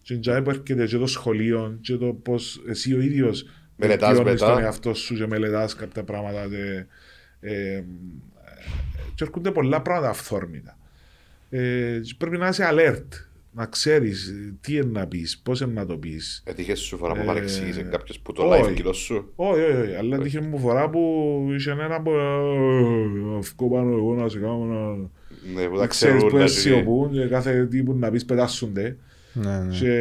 Και να έρχεται και το σχολείο, και το πώς εσύ ο ίδιος
Μελετάς μετά.
τον εαυτό σου και μελετάς κάποια πράγματα. Και, ε, ε, και έρχονται πολλά πράγματα αυθόρμητα. Ε, και πρέπει να είσαι alert, να ξέρεις τι είναι να πεις, πώς είναι να το πεις.
Έτυχες σου φορά που
Ε,
παρεξήγησε κάποιος που το
όχι.
live κοινό σου.
Όχι, όχι, όχι. Αλλά τύχε μου φορά που είχε ένα που. Αυκό πάνω εγώ να σε κάνω να.
Ναι, που
Να
τα
ξέρεις
ξέρουν.
που
τα
είναι
ζυγή.
σιωπούν και κάθε τι που να πεις πετάσσονται.
Ναι, ναι.
Και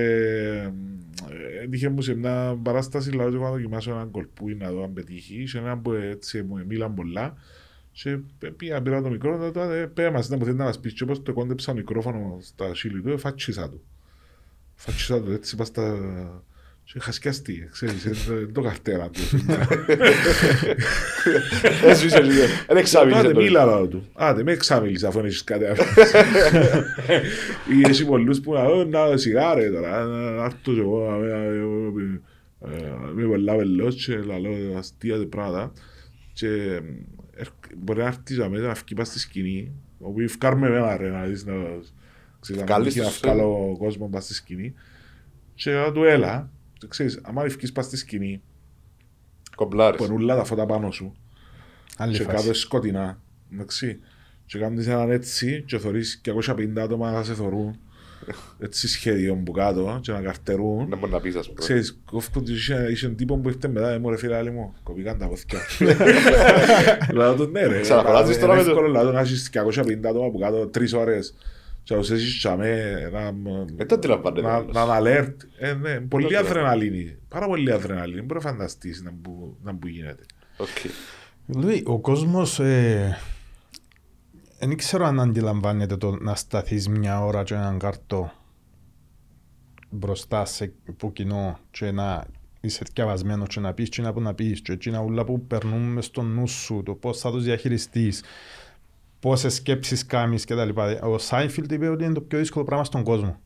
ε, έτυχε μου σε μια παράσταση, λέω ότι εγώ να δοκιμάσω έναν κολπούι να δω αν πετύχει. Είχε έναν που ε, έτσι μου μίλαν πολλά. Και πήγα, πήρα το μικρό, να το ε, πέ μας, ήταν που θέλει να μας πεις. Και όπως το κόντεψα μικρόφωνο στα χείλη του, ε, φάτσισα του. Φάτσισα του, έτσι είπα στα... Και χασκιαστεί, ξέρεις, ε, δεν το καρτέρα του.
Έσβησε λίγο. Δεν εξάμεινε
Άντε,
το.
Ε, μίλα λαό του. Άντε, με εξάμιλες αφού έχεις κάτι άλλο. Ή Έχει πολλούς που να «Ω, να σιγάρε τώρα, να να έρθω κι εγώ, να με- να- ε, να με πολλά βελός και λαλώ αστεία τα πράγματα. Και ε, έρχ- μπορεί να έρθεις αμέσως να φκεί πας στη σκηνή, όπου φκάρουμε εμένα ρε, να δεις να... Ξέρεις, να μην
Καλείς
τύχει να
τους, ε.
βγάλω κόσμο πας στη σκηνή. Και να του έλα, ξέρεις, άμα φκείς πας στη σκηνή,
Κομπλάρες.
πονούλα τα φώτα πάνω σου,
Άλλη
και
φάση.
κάτω σκοτεινά. Εντάξει. Και κάνεις έναν έτσι και θωρείς και 250 άτομα να σε θωρούν. Έτσι σχέδιο που κάτω και να καρτερούν.
Δεν Ναι, μπορεί να πεις ας πούμε.
Ξέρεις, κόφτουν τους είχε, είχε τύπο που ήρθε μετά, «Ε, μου ρε φίλε, άλλη μου, κοπήκαν τα πόθηκια. Λέω του, ναι ρε,
Ξαναφράζεις
ε,
τώρα
είναι
με το-
εύκολο λάθος να έχεις 250 άτομα που κάτω τρεις ώρες και να τους έχεις τσαμέ, να-
Ε, το αντιλαμβάνεται
να-
όλος.
να είναι alert. Ε, ναι, πολύ
αντιλαμβάνεται.
αδρεναλίνη, πάρα πολύ αδρεναλίνη, μπορεί να φανταστείς να
Δηλαδή,
μπου- να μπου γίνεται.
Οκ.
Λουί, ο κόσμος ε, δεν ξέρω αν αντιλαμβάνεται το να σταθείς μια ώρα και έναν καρτό μπροστά σε που κοινό και να είσαι διαβασμένο και να πεις και να που να πεις και εκείνα όλα που περνούν μες στο νου σου, το πώς θα τους διαχειριστείς, πόσες σκέψεις κάνεις κτλ. Ο Σάιφιλτ είπε ότι είναι το πιο δύσκολο πράγμα στον κόσμο.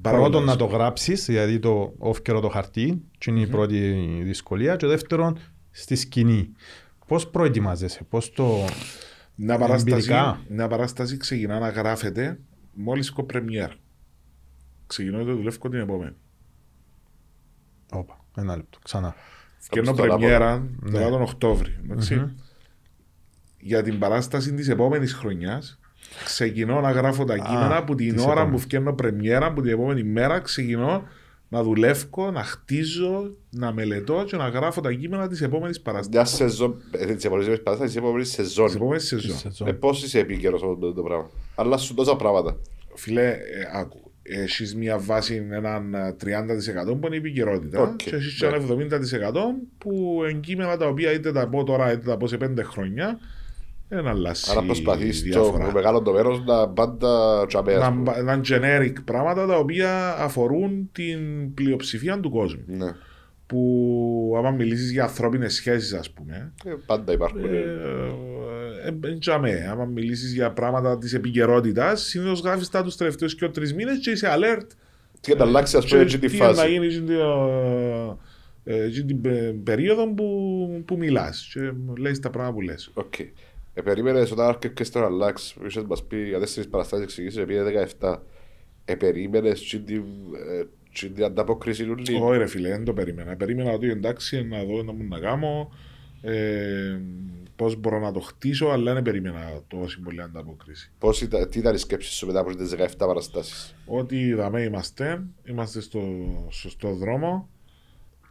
Πρώτον να το γράψεις, δηλαδή το όφκερο το χαρτί, και είναι η πρώτη δυσκολία και δεύτερον στη σκηνή. Πώς προετοιμάζεσαι, πώς το...
Μια παράσταση,
Εμπειρικά.
μια παράσταση ξεκινά να γράφεται μόλις κοπρεμιέρ. Ξεκινώ το δουλεύω την επόμενη.
Όπα, ένα λεπτό, ξανά.
Και ενώ
στο λάβο.
πρεμιέρα
Ναι.
τώρα τον Οκτώβρη. εντάξει.
Μμμ.
Για την παράσταση της επόμενης χρονιάς ξεκινώ να γράφω τα κείμενα που την
της
ώρα που
επόμενης.
φτιάχνω πρεμιέρα, που την επόμενη μέρα ξεκινώ να δουλεύω, να χτίζω, να μελετώ και να γράφω τα κείμενα της επόμενης παράστασης.
Μια σεζόν, ε, της επόμενης παράστασης, της επόμενης
Τη
σεζόν.
επόμενη σεζόν.
Ε, πώς είσαι επίκαιρος από το, το πράγμα. Αλλά σου τόσα πράγματα.
Φίλε, ε, άκου. Έχεις μια βάση έναν ε, 30% που είναι η επικαιρότητα
Οκ,
και έχεις
ναι.
και ένα 70% που εγκείμενα τα οποία είτε τα πω τώρα είτε τα πω σε πέντε χρόνια δεν αλλάζει
Άρα προσπαθείς το
διάφορα.
μεγάλο το μέρος να πάντα τσαμπέας.
Να, μπα- να είναι generic πράγματα τα οποία αφορούν την πλειοψηφία του κόσμου.
Ναι.
Που άμα μιλήσεις για ανθρώπινες σχέσεις ας πούμε,
Ε, πάντα υπάρχουν.
ε,
ε,
ε, ε, τζαμέ. Άμα μιλήσεις για πράγματα της επικαιρότητας, συνήθως γράφεις τα τους τελευταίους και τρεις μήνες και είσαι alert
Και να αλλάξει, ας πούμε, έτσι τη
ε, τι να
φάση.
γίνει στην, ε, ε, στην πε- περίοδο που, που μιλάς. Και λέει τα πράγματα που λες.
Οκ. Ε, περίμενες όταν άρχισε να αλλάξει, ίσως μας πει για τέσσερις παραστάσεις εξηγήσεις, επειδή 17. Ε, περίμενες τσιν την, ε, τσιν την ανταπόκριση του Λιν.
Όχι, ρε φίλε, δεν το περίμενα. Περίμενα ότι εντάξει, να δω να μου να κάνω. Ε, Πώς μπορώ να το χτίσω, αλλά δεν περίμενα τόση πολύ ανταπόκριση.
Πώς ήταν, τι ήταν η σκέψη σου μετά από τις 17 παραστάσεις.
Ό,τι είδαμε είμαστε, είμαστε στο σωστό δρόμο.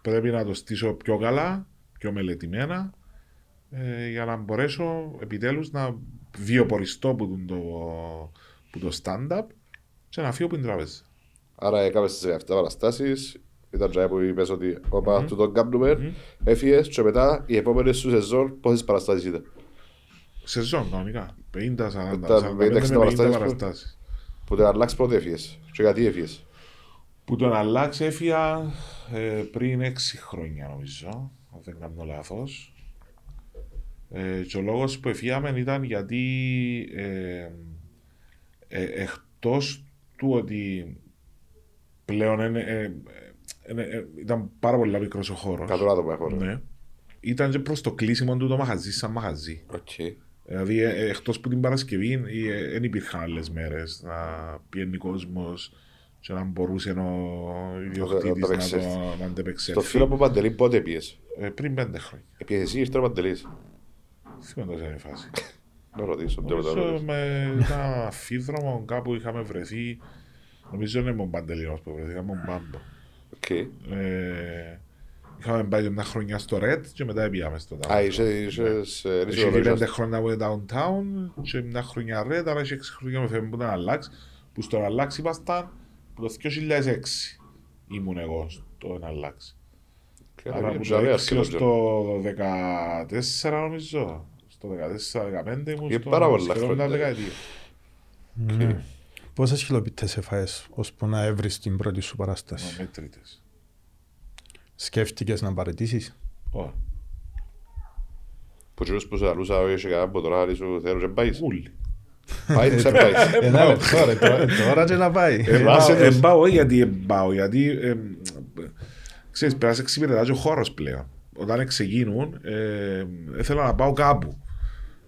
Πρέπει να το στήσω πιο καλά, πιο μελετημένα, ε, για να μπορέσω επιτέλους να βιοποριστώ που τον το, που το stand-up και να φύγω από την τράπεζα.
Άρα έκαμε στις 17 παραστάσεις, ήταν τζάι που είπες ότι όπα του τον κάμπνουμε, έφυγες και μετά η επόμενη σου σεζόν πόσες παραστάσεις ήταν.
Σεζόν κανονικά. 50, 40, 40,
50,
50
παραστάσεις που-
παραστάσεις.
Που τον αλλάξει πότε έφυγες και γιατί έφυγες.
Που τον αλλάξει έφυγα ε, πριν 6 χρόνια νομίζω, αν δεν κάνω λάθος. Ε, και ο λόγος που εφύγαμε ήταν γιατί ε, ε, εκτός του ότι πλέον είναι- ε, ε, ε, ε, ήταν πάρα πολύ μικρός ο χώρος.
Κατ' άτομα έχω. ρε.
Ναι. Ήταν και προς το κλείσιμο του το μαχαζί σαν μαχαζί.
Οκ.
Δηλαδή, ε, εκτός που την Παρασκευή, ε, ε, δεν υπήρχαν άλλες μέρες να πιένει κόσμος και να μπορούσε ο ιδιοκτήτης
Να
να,
το
το-
επεξέλθει.
να
Στο
αντεπεξέλθει.
φίλο από Παντελή πότε πήγες.
Ε, πριν πέντε χρόνια.
Επίσης εσύ ήρθε ο Παντελής.
Θυμάμαι τόσο είναι η φάση.
Να ρωτήσω. δεν μπορώ να
Νομίζω
ρωτήσω.
με ένα αφίδρομο κάπου είχαμε βρεθεί. Νομίζω είναι με Παντελίνο που βρεθήκαμε, με Μπάμπο.
Οκ.
Ε, είχαμε πάει μια χρονιά στο Ρετ και μετά πήγαμε στο Downtown.
Α, είσαι- είσαι σε
Έχει
ρίζο
πέντε χρόνια που είναι downtown και μια χρονιά ρέτα, άρα έχει έξι χρόνια με φεύγει που ήταν αλλάξ. Που στον αλλάξ ήμασταν που το 2006 ήμουν εγώ στο αλλάξ.
Ε,
Άρα που το 6 στο 14 νομίζω, στο 14-15 ήμουν
Είναι
στο
Ε, πάρα πολλά
σχεδόν
χρόνια.
τα δεκαετία.
Πόσες χιλοπίτες έφαγες ώσπου να έβρεις την πρώτη σου παράσταση.
Μετρήτες.
Σκέφτηκες να παραιτήσεις.
Ω,
Που τσιρούς που σε αλούσα, όχι είχε κανένα που τώρα σου θέλω και πάεις.
Ούλοι.
Πάει, δεν πάεις.
Ένα λεπτό ρε, τώρα- τώρα και να πάει. ε,
Πάσε
Εμπάω-
τους.
Ε, Εμπάω, όχι γιατί εμπάω, γιατί εμ, ξέρεις, πρέπει να σε εξυπηρετάζει ο χώρος πλέον. Όταν ξεκινούν, ε, ήθελα να πάω κάπου.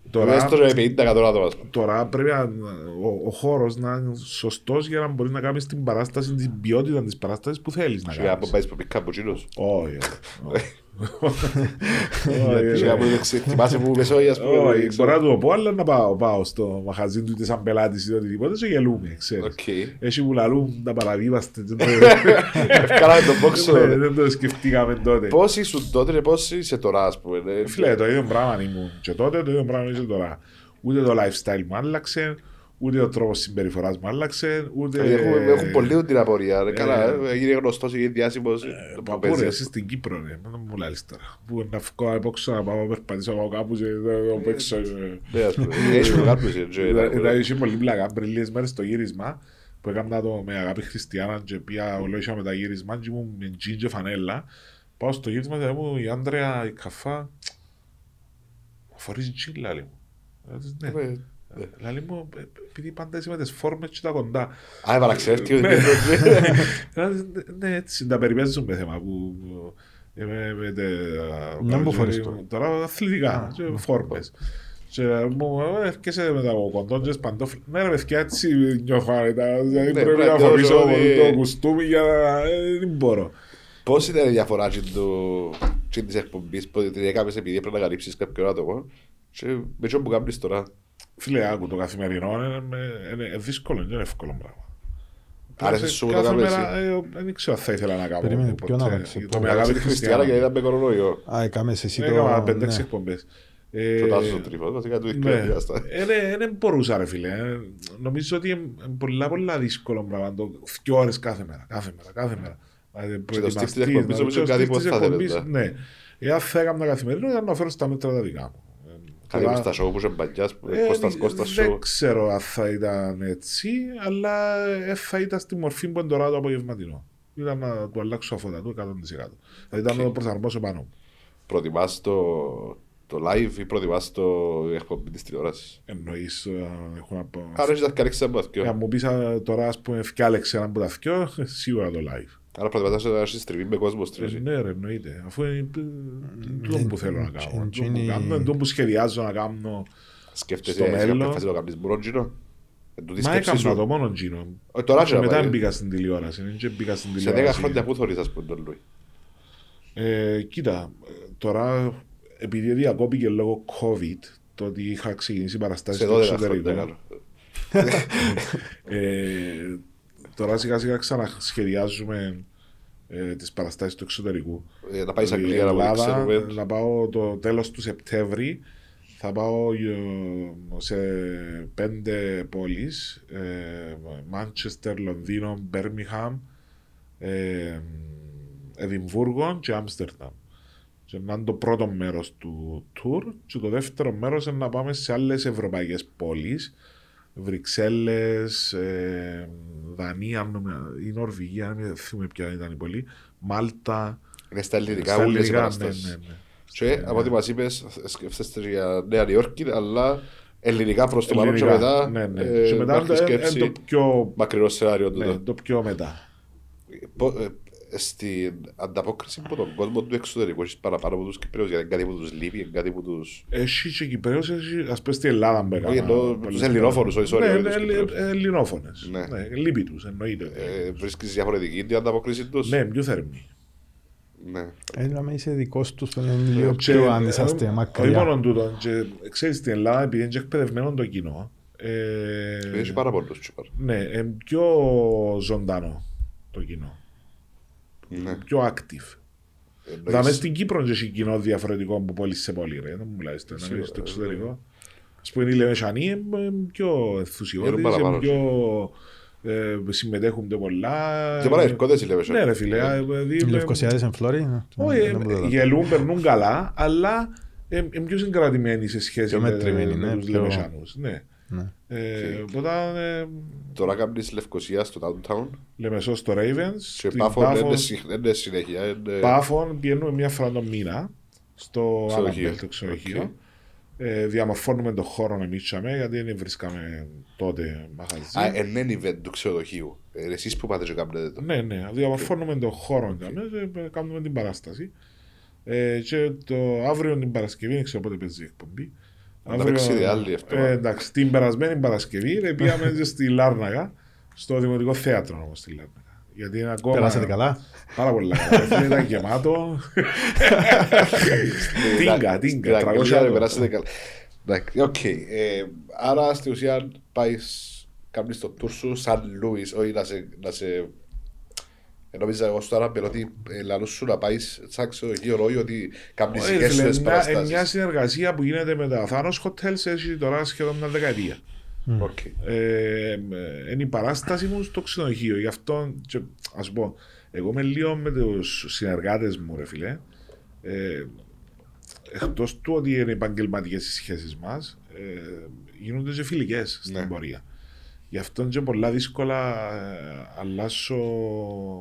Τώρα,
Μέσα στο 50% άτομα. ας πούμε.
τώρα πρέπει να, ο, ο χώρος να είναι σωστός για να μπορεί να κάνεις την παράσταση, την ποιότητα της παράστασης που θέλεις να
Και κάπου
κάνεις. ε,
πάεις που πήκα από τσιρούς.
Όχι, όχι,
Και
όχι.
κάπου δεν ξε- Θυμάσαι που είπες όχι, ας πούμε.
Όχι,
δεν ξέρω.
Μπορώ να του το πω, αλλά να πάω, πάω στο μαχαζί του είτε σαν πελάτης είτε οτιδήποτε και γελούμε, ξέρεις.
Οκ.
Έχει που λαλούν τα παραδείγματα.
Ευκάλαμε τον boxer.
Ναι,
ρε.
Δεν το σκεφτήκαμε τότε.
Πώς ήσουν τότε και πώς είσαι τώρα, ας πούμε. ναι.
Φίλε, το ίδιο πράγμα ήμουν και τότε, το ίδιο πράγμα ήμουν και τώρα. Ούτε το lifestyle μου άλλαξε, Ούτε ο τρόπος συμπεριφοράς μου άλλαξε, ούτε.
Δηλαδή, Έχουν, έχουν πολύ την απορία. ρε. Καλά, ε, έγινε γνωστός ή διάσημος.
Ε, Παππού, ρε, εσύ στην Κύπρο, ρε. Μην μου λάλεις τώρα. Που να βγω απ' έξω να πάω να περπατήσω από κάπου και να το παίξω. ε.
Έχει μεγάλου
Ήταν- ήταν- Είχε πολύ πλάκα. Πριν λίγες μέρες στο γύρισμα που έκανα το με αγάπη χριστιανά και πήγα ολόγια με τα γύρισμα και ήμουν με τζιν και φανέλα. Πάω στο γύρισμα και μου η Άντρεα η καφά φορείς τζιν λάλη μου. Ε, της, ναι. Ε, Λάλη μου ε, επειδή πάντα είσαι με τις φόρμες και τα κοντά.
Α, επαναξέρθη ότι
Ναι.
είναι το-
Ε, ναι, έτσι τα περιπέζουμε θέμα που ε, με- με τα-
Να μου φορείς τώρα.
Τώρα αθλητικά,
Α, ναι.
και φόρμες. Και μου ε, έρχεσαι με τα κοντόντζες παντόφλ. Ναι ρε παιδιά, έτσι νιώθω άνετα. Δηλαδή
Ναι,
πρέπει να
πρέπει να
φορήσω
νιώσω
ε.
ότι-
το κουστούμι για να... ε, Δεν μπορώ.
Πώς ήταν η διαφορά της εκπομπής που την έκαμε επειδή έπρεπε να καλύψεις κάποιον άτομο και με αυτό που κάνεις τώρα.
Φίλε, άκου το καθημερινό είναι, με- είναι δύσκολο, δεν είναι εύκολο πράγμα.
Άρεσε σου που το
Κάθε
κάνεις
μέρα,
εσύ.
ε, Δεν ξέρω αν θα ήθελα να κάνω.
Περίμενε,
ποτέ.
ποιον άλλαξε,
Το
ποιον
με
Μεγάλη
αγάπη
τη Χριστιανά
χριστιανά.
γιατί ήταν με κορονοϊό.
Α, έκαμες εσύ το...
Έκανα 5-6
ναι.
εκπομπές.
Το
Ε,
τάσο του τρίφο, βασικά του
Ναι.
είχε διάστα.
Ε, ναι, δεν μπορούσα ρε φίλε. Ε, Νομίζω ότι είναι πολλά πολλά δύσκολο πράγμα. Το δυο ώρες κάθε μέρα, κάθε μέρα, κάθε μέρα. Να
στυλ της
προετοιμαστείς,
εκπομπής,
να-
νομίζω
το
κάτι
στυλ της
που θα
εκπομπής,
θέλετε.
Ναι. Εάν θα έκανα καθημερινό, ήταν να φέρω στα μέτρα τα δικά μου. Ε,
Κάτι
τώρα-
που στα σοου που είσαι μπαγκιάς,
ε,
Κώστας Κώστας
Δεν
σοου.
ξέρω αν θα ήταν έτσι, αλλά ε, θα ήταν στη μορφή που είναι τώρα το απογευματινό. Ήταν να του αλλάξω τα φώτα του 100%. Θα ήταν να το προσαρμόσω πάνω μου.
Προτιμάς το, το live ή προτιμάς το εκπομπή της τηλεόρασης.
Εννοείς, ε, έχω να πω...
Άρα έχεις να καλέξεις από τα
Για
δυο.
Ε, μου πεις τώρα, ας πούμε, φτιάλεξε έναν που τα θκυο, σίγουρα το live.
Άρα προτιμάς να έχεις τριβή με κόσμο
Ε,
στρίβει.
ναι, ρε, εννοείται. Αφού είναι το που θέλω να κάνω.
εν-
τούτο που
εν-
κάνω, εν- τούτο που σχεδιάζω να κάνω.
Σκέφτεσαι
στο
σε κάποια
μέλλον.
φάση να το κάνεις μπρόντζινο. Εν τούτη
Μα
σκέψη
έκανα το
σου.
μόνο Gino.
Ε, Τώρα και
Και
να
μετά
πάει.
μπήκα στην τηλεόραση. ε, Και μπήκα στην
Σε 10
τηλεόραση.
χρόνια που θωρείς ας πούμε τον Λουί.
Ε, κοίτα, ε, τώρα επειδή διακόπηκε λόγω COVID, το ότι είχα ξεκινήσει παραστάσεις
Σε
Ε, στο
12 χρόνια.
εξωτερικό.
κάνω.
Ε, τώρα σιγά σιγά ξανασχεδιάζουμε ε, τις παραστάσεις του εξωτερικού.
Ε, Να πάει σε
Η
Αγγλία να μην ξέρουμε.
να πάω το τέλος του Σεπτέμβρη. Θα πάω ε, σε πέντε πόλεις. ε, Μάντσεστερ, Λονδίνο, Μπέρμιχαμ, ε, Εδιμβούργο και Άμστερνταμ. Και να είναι το πρώτο μέρος του tour και το δεύτερο μέρος είναι να πάμε σε άλλες ευρωπαϊκές πόλεις. Βρυξέλλες, ε, Δανία, νομίζω, η Νορβηγία, δεν θυμούμαι ποια ήταν η πόλη, Μάλτα,
Είναι στα ελληνικά
στα
όλες οι
ελληνικά, ναι,
παραστάσεις.
ναι, ναι.
Και από ό,τι μας είπες, σκέφτεστε για Νέα Νιόρκη, αλλά ελληνικά προς το παρόν και
Ελληνικά,
μετά.
ναι, ναι.
ε,
Και μετά
υπάρχει
είναι το- είναι
σκέψη,
το πιο-
μακρινό σενάριο
Ναι,
τούτο.
το πιο μετά.
Πο- ε, Στην ανταπόκριση από τον κόσμο του εξωτερικού, έχεις παραπάνω από τους Κυπρέους, γιατί είναι κάτι που τους λείπει, είναι κάτι που τους...
Έχεις και Κυπρέους, έχεις, ας πες στην Ελλάδα που έκανα.
Όχι, εννοώ
πολύ
τους
καλά.
Ελληνόφωνους, όχι, sorry,
Ναι,
όχι
ναι,
τους
ελλη-
Κυπρέους.
Ελληνόφωνες.
Ναι.
Ναι, λείπει τους, εννοείται.
Ε, Βρίσκεις διαφορετική την ανταπόκριση τους.
Ναι, πιο θερμοί.
Ναι.
Έλα Ε, με είσαι δικός τους, είναι λίγο
Και,
πιο αν
ε,
είσαστε
Όχι
μακριά.
μόνο τούτο, και, ξέρεις στην Ελλάδα επειδή είναι και εκπαιδευμένο το κοινό, ε,
Έχει πάρα πολλούς τσούπαρ.
ναι, ε, πιο ζωντανό το κοινό.
Ναι.
Πιο active.
Εννοείς-
Δάμε στην Κύπρο και έχει κοινό διαφορετικό από πόλη σε πόλη. Ρε. Δεν μου μιλάει στο να μιλήσεις στο
ναι.
εξωτερικό. Ας πούμε, οι Λεμεσανοί είναι ε, πιο
Γερούν
ενθουσιώδεις,
παραπάνω.
είναι πιο ε, συμμετέχουν πιο πολλά.
Και πάρα ευκόδες οι Λεβεσόν.
Ναι ρε φίλε. ε,
Οι
δηλαδή,
Λευκοσιάδες εν Φλόρι, ναι,
ε, Όχι,
δεν
ε,
μπορώ να τα-
γελούν, περνούν καλά, αλλά ε, είναι πιο συγκρατημένοι σε σχέση
Πιο
με,
μετρημένοι,
με
ναι,
τους
πιο-
Λεμεσανούς. Ναι.
ναι.
Ε, Οπότε ε,
Τώρα κάνεις Λευκοσία στο Downtown
Λεμεσό στο Ravens,
και
στην
Πάφο
Πάφο-
είναι συ- είναι συνέχεια. ναι. είναι-
Πάφων πηγαίνουμε μια φορά το μήνα στο
Ξενοδοχείο.
Αναμπέλ, το ξενοδοχείο.
Οκ.
Ε, διαμορφώνουμε τον χώρο εμείς τσάμε, γιατί δεν βρίσκαμε τότε μαγαζί.
Α, εν είναι event του ξενοδοχείου. Ε, Εσείς που πάτε και κάνετε το.
Ναι, ναι, διαμορφώνουμε τον χώρο τσάμε, και ε, κάνουμε την παράσταση. Ε, και το αύριο την Παρασκευή, δεν ξέρω πότε παίζει η εκπομπή.
Να παίξει η άλλη αυτό.
ε, εντάξει, την περασμένη Παρασκευή ρε, πήγαμε και στη Λάρναγα, στο Δημοτικό Θέατρο όμως στη Λάρναγα. Γιατί είναι ακόμα...
Περάσατε καλά.
Πάρα πολλά καλά. Ήταν γεμάτο. Τίγκα,
Ε, Στην
τίγκα.
Αγγλία να
300
περάσετε καλά. Εντάξει, οκ. Ε, Άρα στην ουσία πάει κάνεις το tour σου σαν Λούις, όχι να σε... Να σε... ε, Νόμιζα εγώ στο Άραμπελ ότι ε, λαλούς σου να πάεις σαν ξενοδοχείο όχι ότι κάνεις
Όχι, φίλε,
γεύσεις
μια- Μια
παραστάσεις.
συνεργασία που γίνεται με τα Thanos Hotels έχει τώρα σχεδόν μια δεκαετία.
Οκ.
Ε, ε, είναι η παράσταση μου στο ξενοδοχείο. Γι' αυτό, και, ας πω, εγώ είμαι λίγο με τους συνεργάτες μου, ρε φίλε. Ε, εκτός του ότι είναι επαγγελματικές οι σχέσεις μας, ε, γίνονται και φιλικές στην
Ναι.
πορεία. Γι' αυτό και πολλά δύσκολα ε, αλλάσω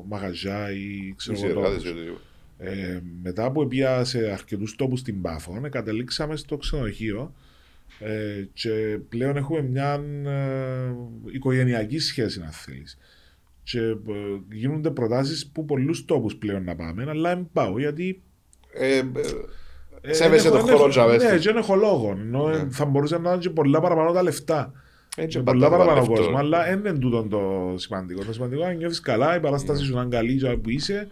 μαγαζιά ή ξέρω
Είσαι
εγώ
εργάτης,
τόπους.
διότι-
Ε, μετά που πήγα σε αρκετούς τόπους στην Πάφο, ε, καταλήξαμε στο ξενοδοχείο ε, και πλέον έχουμε μια ε, οικογενειακή σχέση, αν θέλεις. Και ε, γίνονται προτάσεις που πολλούς τόπους πλέον να πάμε, αλλά δεν πάω γιατί...
Ε, ε,
ε,
Σέβεσαι
δεν
τον
έχω-
χώρο, τζαβές.
Ναι, και δεν έχω λόγο. Ενώ, ε,
Ναι.
Θα μπορούσαν να είναι και πολλά παραπάνω τα λεφτά.
ε,
Και
και
πολλά
πάντα
παραπάνω
το
κόσμο,
αυτό.
αλλά δεν είναι τούτο το σημαντικό. Το σημαντικό είναι να νιώθεις καλά, η παράσταση
Ναι.
σου να είναι καλή, και που είσαι,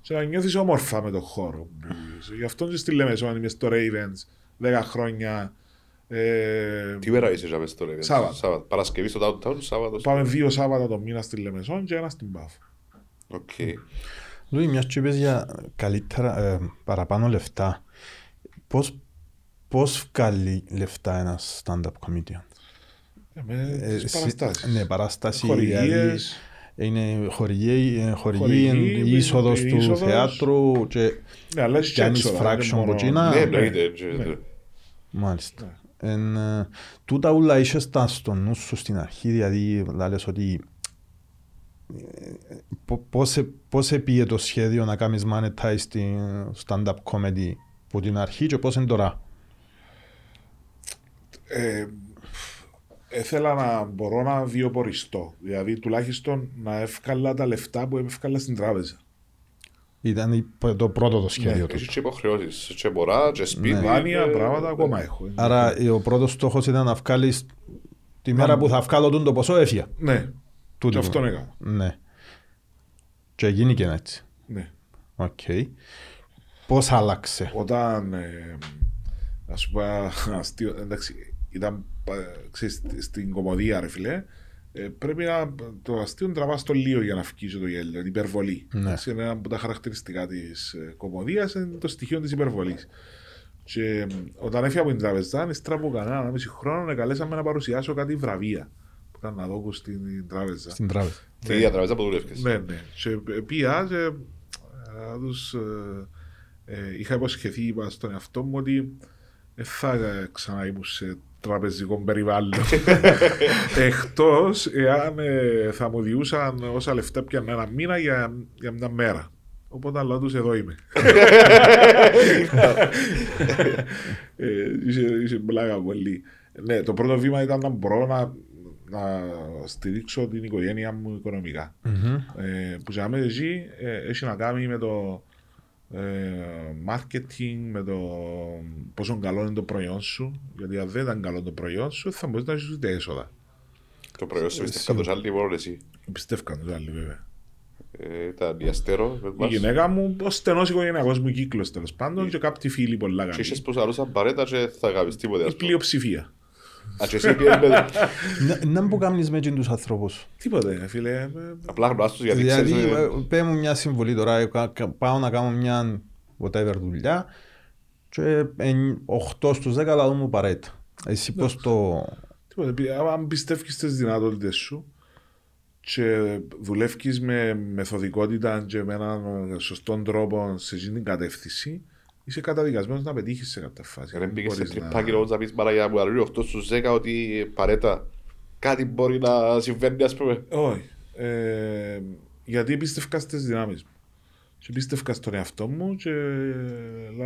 και να νιώθεις όμορφα με τον χώρο που είσαι. Γι' αυτό και στη Λέμεσο, αν είμαι στο Ravens 10 χρόνια. Ε,
Τι μέρα είσαι τζαβές τώρα. ε,
Σάββατο.
Παρασκευή στο downtown, Σάββατο.
πάμε δύο Σάββατα το μήνα στη Λεμεσόν και ένα στην Πάφο.
Οκ.
Ναι,
Ναι,
Λουί, μιας και είπες για καλύτερα, ε, παραπάνω λεφτά. Πώς, πώς βγάλει λεφτά ένας stand-up comedian.
Ε, με
Ε,
τις
συ-
παραστάσεις.
Ναι, παραστάσεις. δηλαδή,
Χορηγίες.
Είναι χορηγοί, ε, χορηγοί,
Χορηγοί,
εν- η είσοδος
η
του
είσοδος.
θέατρου και
Ναι, αλλά έχεις και
κάνεις
έξοδα,
fraction
δεν
από
μόνο-
εκείνα.
Ναι,
ναι.
εννοείται. και-
μάλιστα.
Ναι.
Εν, ε, τούτα ούλα είσαι τα στο νου σου στην αρχή, δηλαδή λες ότι ε, πο- πώς, ε- πώς επήγε το σχέδιο να κάνεις monetize την stand-up comedy που την αρχή και πώς είναι τώρα.
ε, έθελα να μπορώ να βιοποριστώ. Δηλαδή, τουλάχιστον να εύκαλα τα λεφτά που εύκαλα στην τράπεζα.
Ήταν η- το πρώτο το σχέδιο του.
Έχεις και υποχρεώσεις. Και μωρά, και σπίτι.
Δάνεια,
ε,
πράγματα
ε,
ακόμα έχω.
Άρα ε, ο πρώτος στόχος ήταν να βγάλεις τη μέρα που θα βγάλω τον το ποσό έφυγα.
Ναι,
Τούτη
και αυτόν
μου.
έκανα.
Ναι. Και γίνει και έτσι.
Ναι.
Οκ. Πώς άλλαξε.
Όταν, ε, να σου πω ένα αστείο, εντάξει, ήταν, ε, ξέρεις, στην κομμωδία ρε φιλέ, ε, πρέπει να, το αστείο να τραβάς το λίγο για να φυκίσει το γέλιο, την υπερβολή.
Ναι.
Εντάξει, είναι ένα από τα χαρακτηριστικά της ε, κομμωδίας, είναι το στοιχείο της υπερβολής. Και ε, όταν έφυγα από την τραπεζά, ύστερα από κανένα ένα μισή χρόνο, ε, καλέσαμε να παρουσιάσω κάτι βραβεία που ήταν να δω στην τράπεζα.
Στην τράπεζα.
Την ίδια τραπεζά που δουλεύκες.
Ναι, ναι. Και πήγα και ε, να τους, ε, ε, είχα υποσχεθεί είπα στον εαυτό μου ότι δεν θα ξαναήμουν σε τραπεζικό περιβάλλον. Εκτός εάν ε, θα μου διούσαν όσα λεφτά πιάνε ένα μήνα για, για μια μέρα. Οπότε λέω τους εδώ είμαι. Ε, Είσαι είσαι πλάκα πολύ. Ναι, το πρώτο βήμα ήταν να μπορώ να, να στηρίξω την οικογένεια μου οικονομικά ε, που ζάμε εσύ ε, έχει να κάνει με το ε, marketing, με το πόσο καλό είναι το προϊόν σου. Γιατί αν δεν ήταν καλό το προϊόν σου, θα μπορείς να έχεις ούτε έσοδα.
Το προϊόν σου πιστεύω το άλλη μόνο λοιπόν, εσύ.
Πιστεύκαν το άλλοι βέβαια.
Ε, Ήταν η Αστέρο. με
Η
μας.
γυναίκα μου, ο στενός οικογενειακός μου κύκλος τέλος πάντων,
Ε.
και κάποιοι φίλοι πολλά
Και
καλοί.
είχες που σαρούσαν παρέτα και θα αγαπείς τίποτε.
Η
ας πούμε.
πλειοψηφία.
Α, και εσύ πιέμπε-
Να- Να μου κάνεις με τους ανθρώπους.
Τίποτα, ε, φίλε. ε,
Απλά γνώστος γιατί ξέρεις.
Δηλαδή,
ε,
ε, πέ μου μια συμβολή τώρα, ε, κα- κα- πάω να κάνω μια whatever δουλειά και 8 στους 10 λαού μου παρέτα. Εσύ πώς το...
Τίποτα. Επί- άμα- Αν πιστεύει στι δυνατότητες σου και δουλεύει με μεθοδικότητα και με έναν σωστό τρόπο σε αυτή την κατεύθυνση, είσαι καταδικασμένος να πετύχεις σε κάποια φάση.
Δεν πήγες σε
μπορείς να-
τρυπάκι όμως να πεις μάρα για μου αρρύει 8 στους 10 ότι ε, παρέτα κάτι μπορεί να συμβαίνει ας πούμε.
Όχι. Ε, γιατί πίστευκα στις δυνάμεις μου. Και πίστευκα στον εαυτό μου και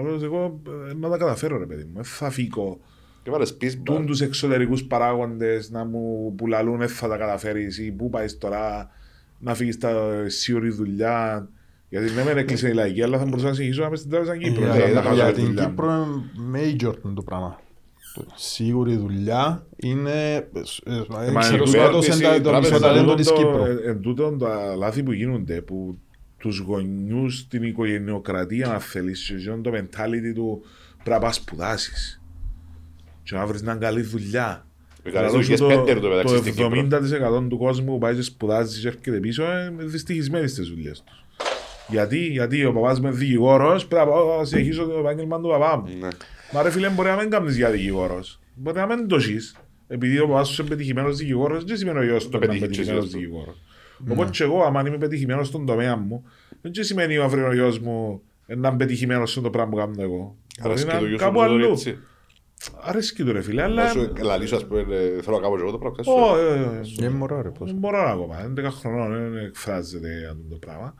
λέω εγώ ε, να τα καταφέρω ρε παιδί μου. Ε, Θα φύγω.
Και βάλες πείσμα.
Τούν τους εξωτερικούς παράγοντες να μου πουλαλούν, «Ε, θα τα καταφέρεις ή πού πάεις τώρα, να φύγεις στα σίγουρη δουλειά. Γιατί ναι, μεν έκλεισε η λαϊκή, αλλά θα μπορούσα να συνεχίσω να είμαι στην τράπεζα Κύπρο.
Για-
ναι,
να
ναι,
χάσω
Για
τη
την
δουλειά μου.
Κύπρο είναι major το πράγμα. Σίγουρη δουλειά είναι...
Ε, μα
Ξέρω
η
κυβέρνηση,
σκότωσε
η
το μισό
τράπεζα,
ταλέντο
Εν
της
τούτο-
Κύπρου.
ε, Εν τούτον τα λάθη που γίνονται, που τους γονιούς, την οικογενειοκρατία, να θέλεις, και ζουν το mentality του πρέπει να πας σπουδάσεις. Και να βρεις μια καλή δουλειά. Δηλαδή,
Οι καλές
Αλλά
δουλειές
όσο
πέντε είναι το μεταξύ στην Κύπρο.
70% του κόσμου που πάει και σπουδάζει και έρχεται πίσω, ε, είναι δυστυχισμένοι στις δουλειές τους. Γιατί, γιατί ο παπάς με δικηγόρος, πρέπει να πάω να συνεχίσω το επάγγελμα του παπά μου.
Ναι.
Μα ρε φίλε, μπορεί να μην κάνεις για δικηγόρος. Μπορεί να μην το ζεις. επειδή ο Παπάς είναι πετυχημένος δικηγόρος, δεν σημαίνει ο γιος του να είναι
πετύχει και Ναι. ο
πετυχημένος
γιος του.
δικηγόρος. Οπότε και εγώ, αν είμαι πετυχημένος στον τομέα μου, δεν και σημαίνει ο αύριο ο γιος μου να είναι πετυχημένος στον το πράγμα που κάνω εγώ.
Άρα
Μπορεί να
σκέτο
είναι
γιους
κάπου
μου τώρα
αλλού.
έτσι.
Αρέσκει του ρε φίλε, αλλά...
Να σου λαλήσω ας πούμε ε, θέλω να κάνω και εγώ το πράγμα. ξέρω.
Ω, ε, ε, ε,
Ε, μωρό ρε πώς.
Δεν μπορώ ακόμα. Είναι 10 χρονών, δεν εκφράζεται αυτό το πράγμα.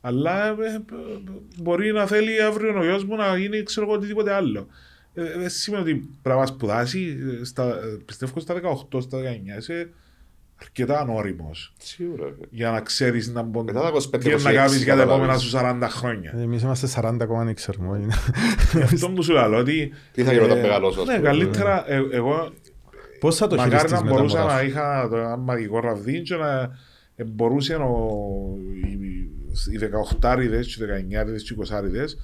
Αλλά ε, ε, μπορεί να θέλει αύριο ο γιος μου να γίνει ξέρω εγώ οτιδήποτε άλλο. Ε, ε, Δεν σημαίνει ότι πρέπει να σπουδάσει. ε, Στα, ε, πιστεύω στα 18, στα 19 είσαι αρκετά ανώριμος
Σίγουρα. ρε.
για να ξέρεις να μπο...
Μετά τα 25,
τι να κάνεις
26,
για τα επόμενα
καταλάβεις.
σου 40 χρόνια.
Ε, Εμείς είμαστε 40 ακόμα δεν ξέρουμε. Είναι- Ε,
Γι' αυτό που σου λέω ότι.
Τι θα γίνει όταν
ε,
μεγαλώσω, ας
Ναι,
πούμε.
καλύτερα. ε, Εγώ
Πώς θα το
Μακάρι
χειριστείς
να
μετά
μπορούσα
μωρά
να
σου.
είχα το ένα μαγικό ραβδί και να ε, μπορούσε ο- οι- οι 18 οι 19 οι 20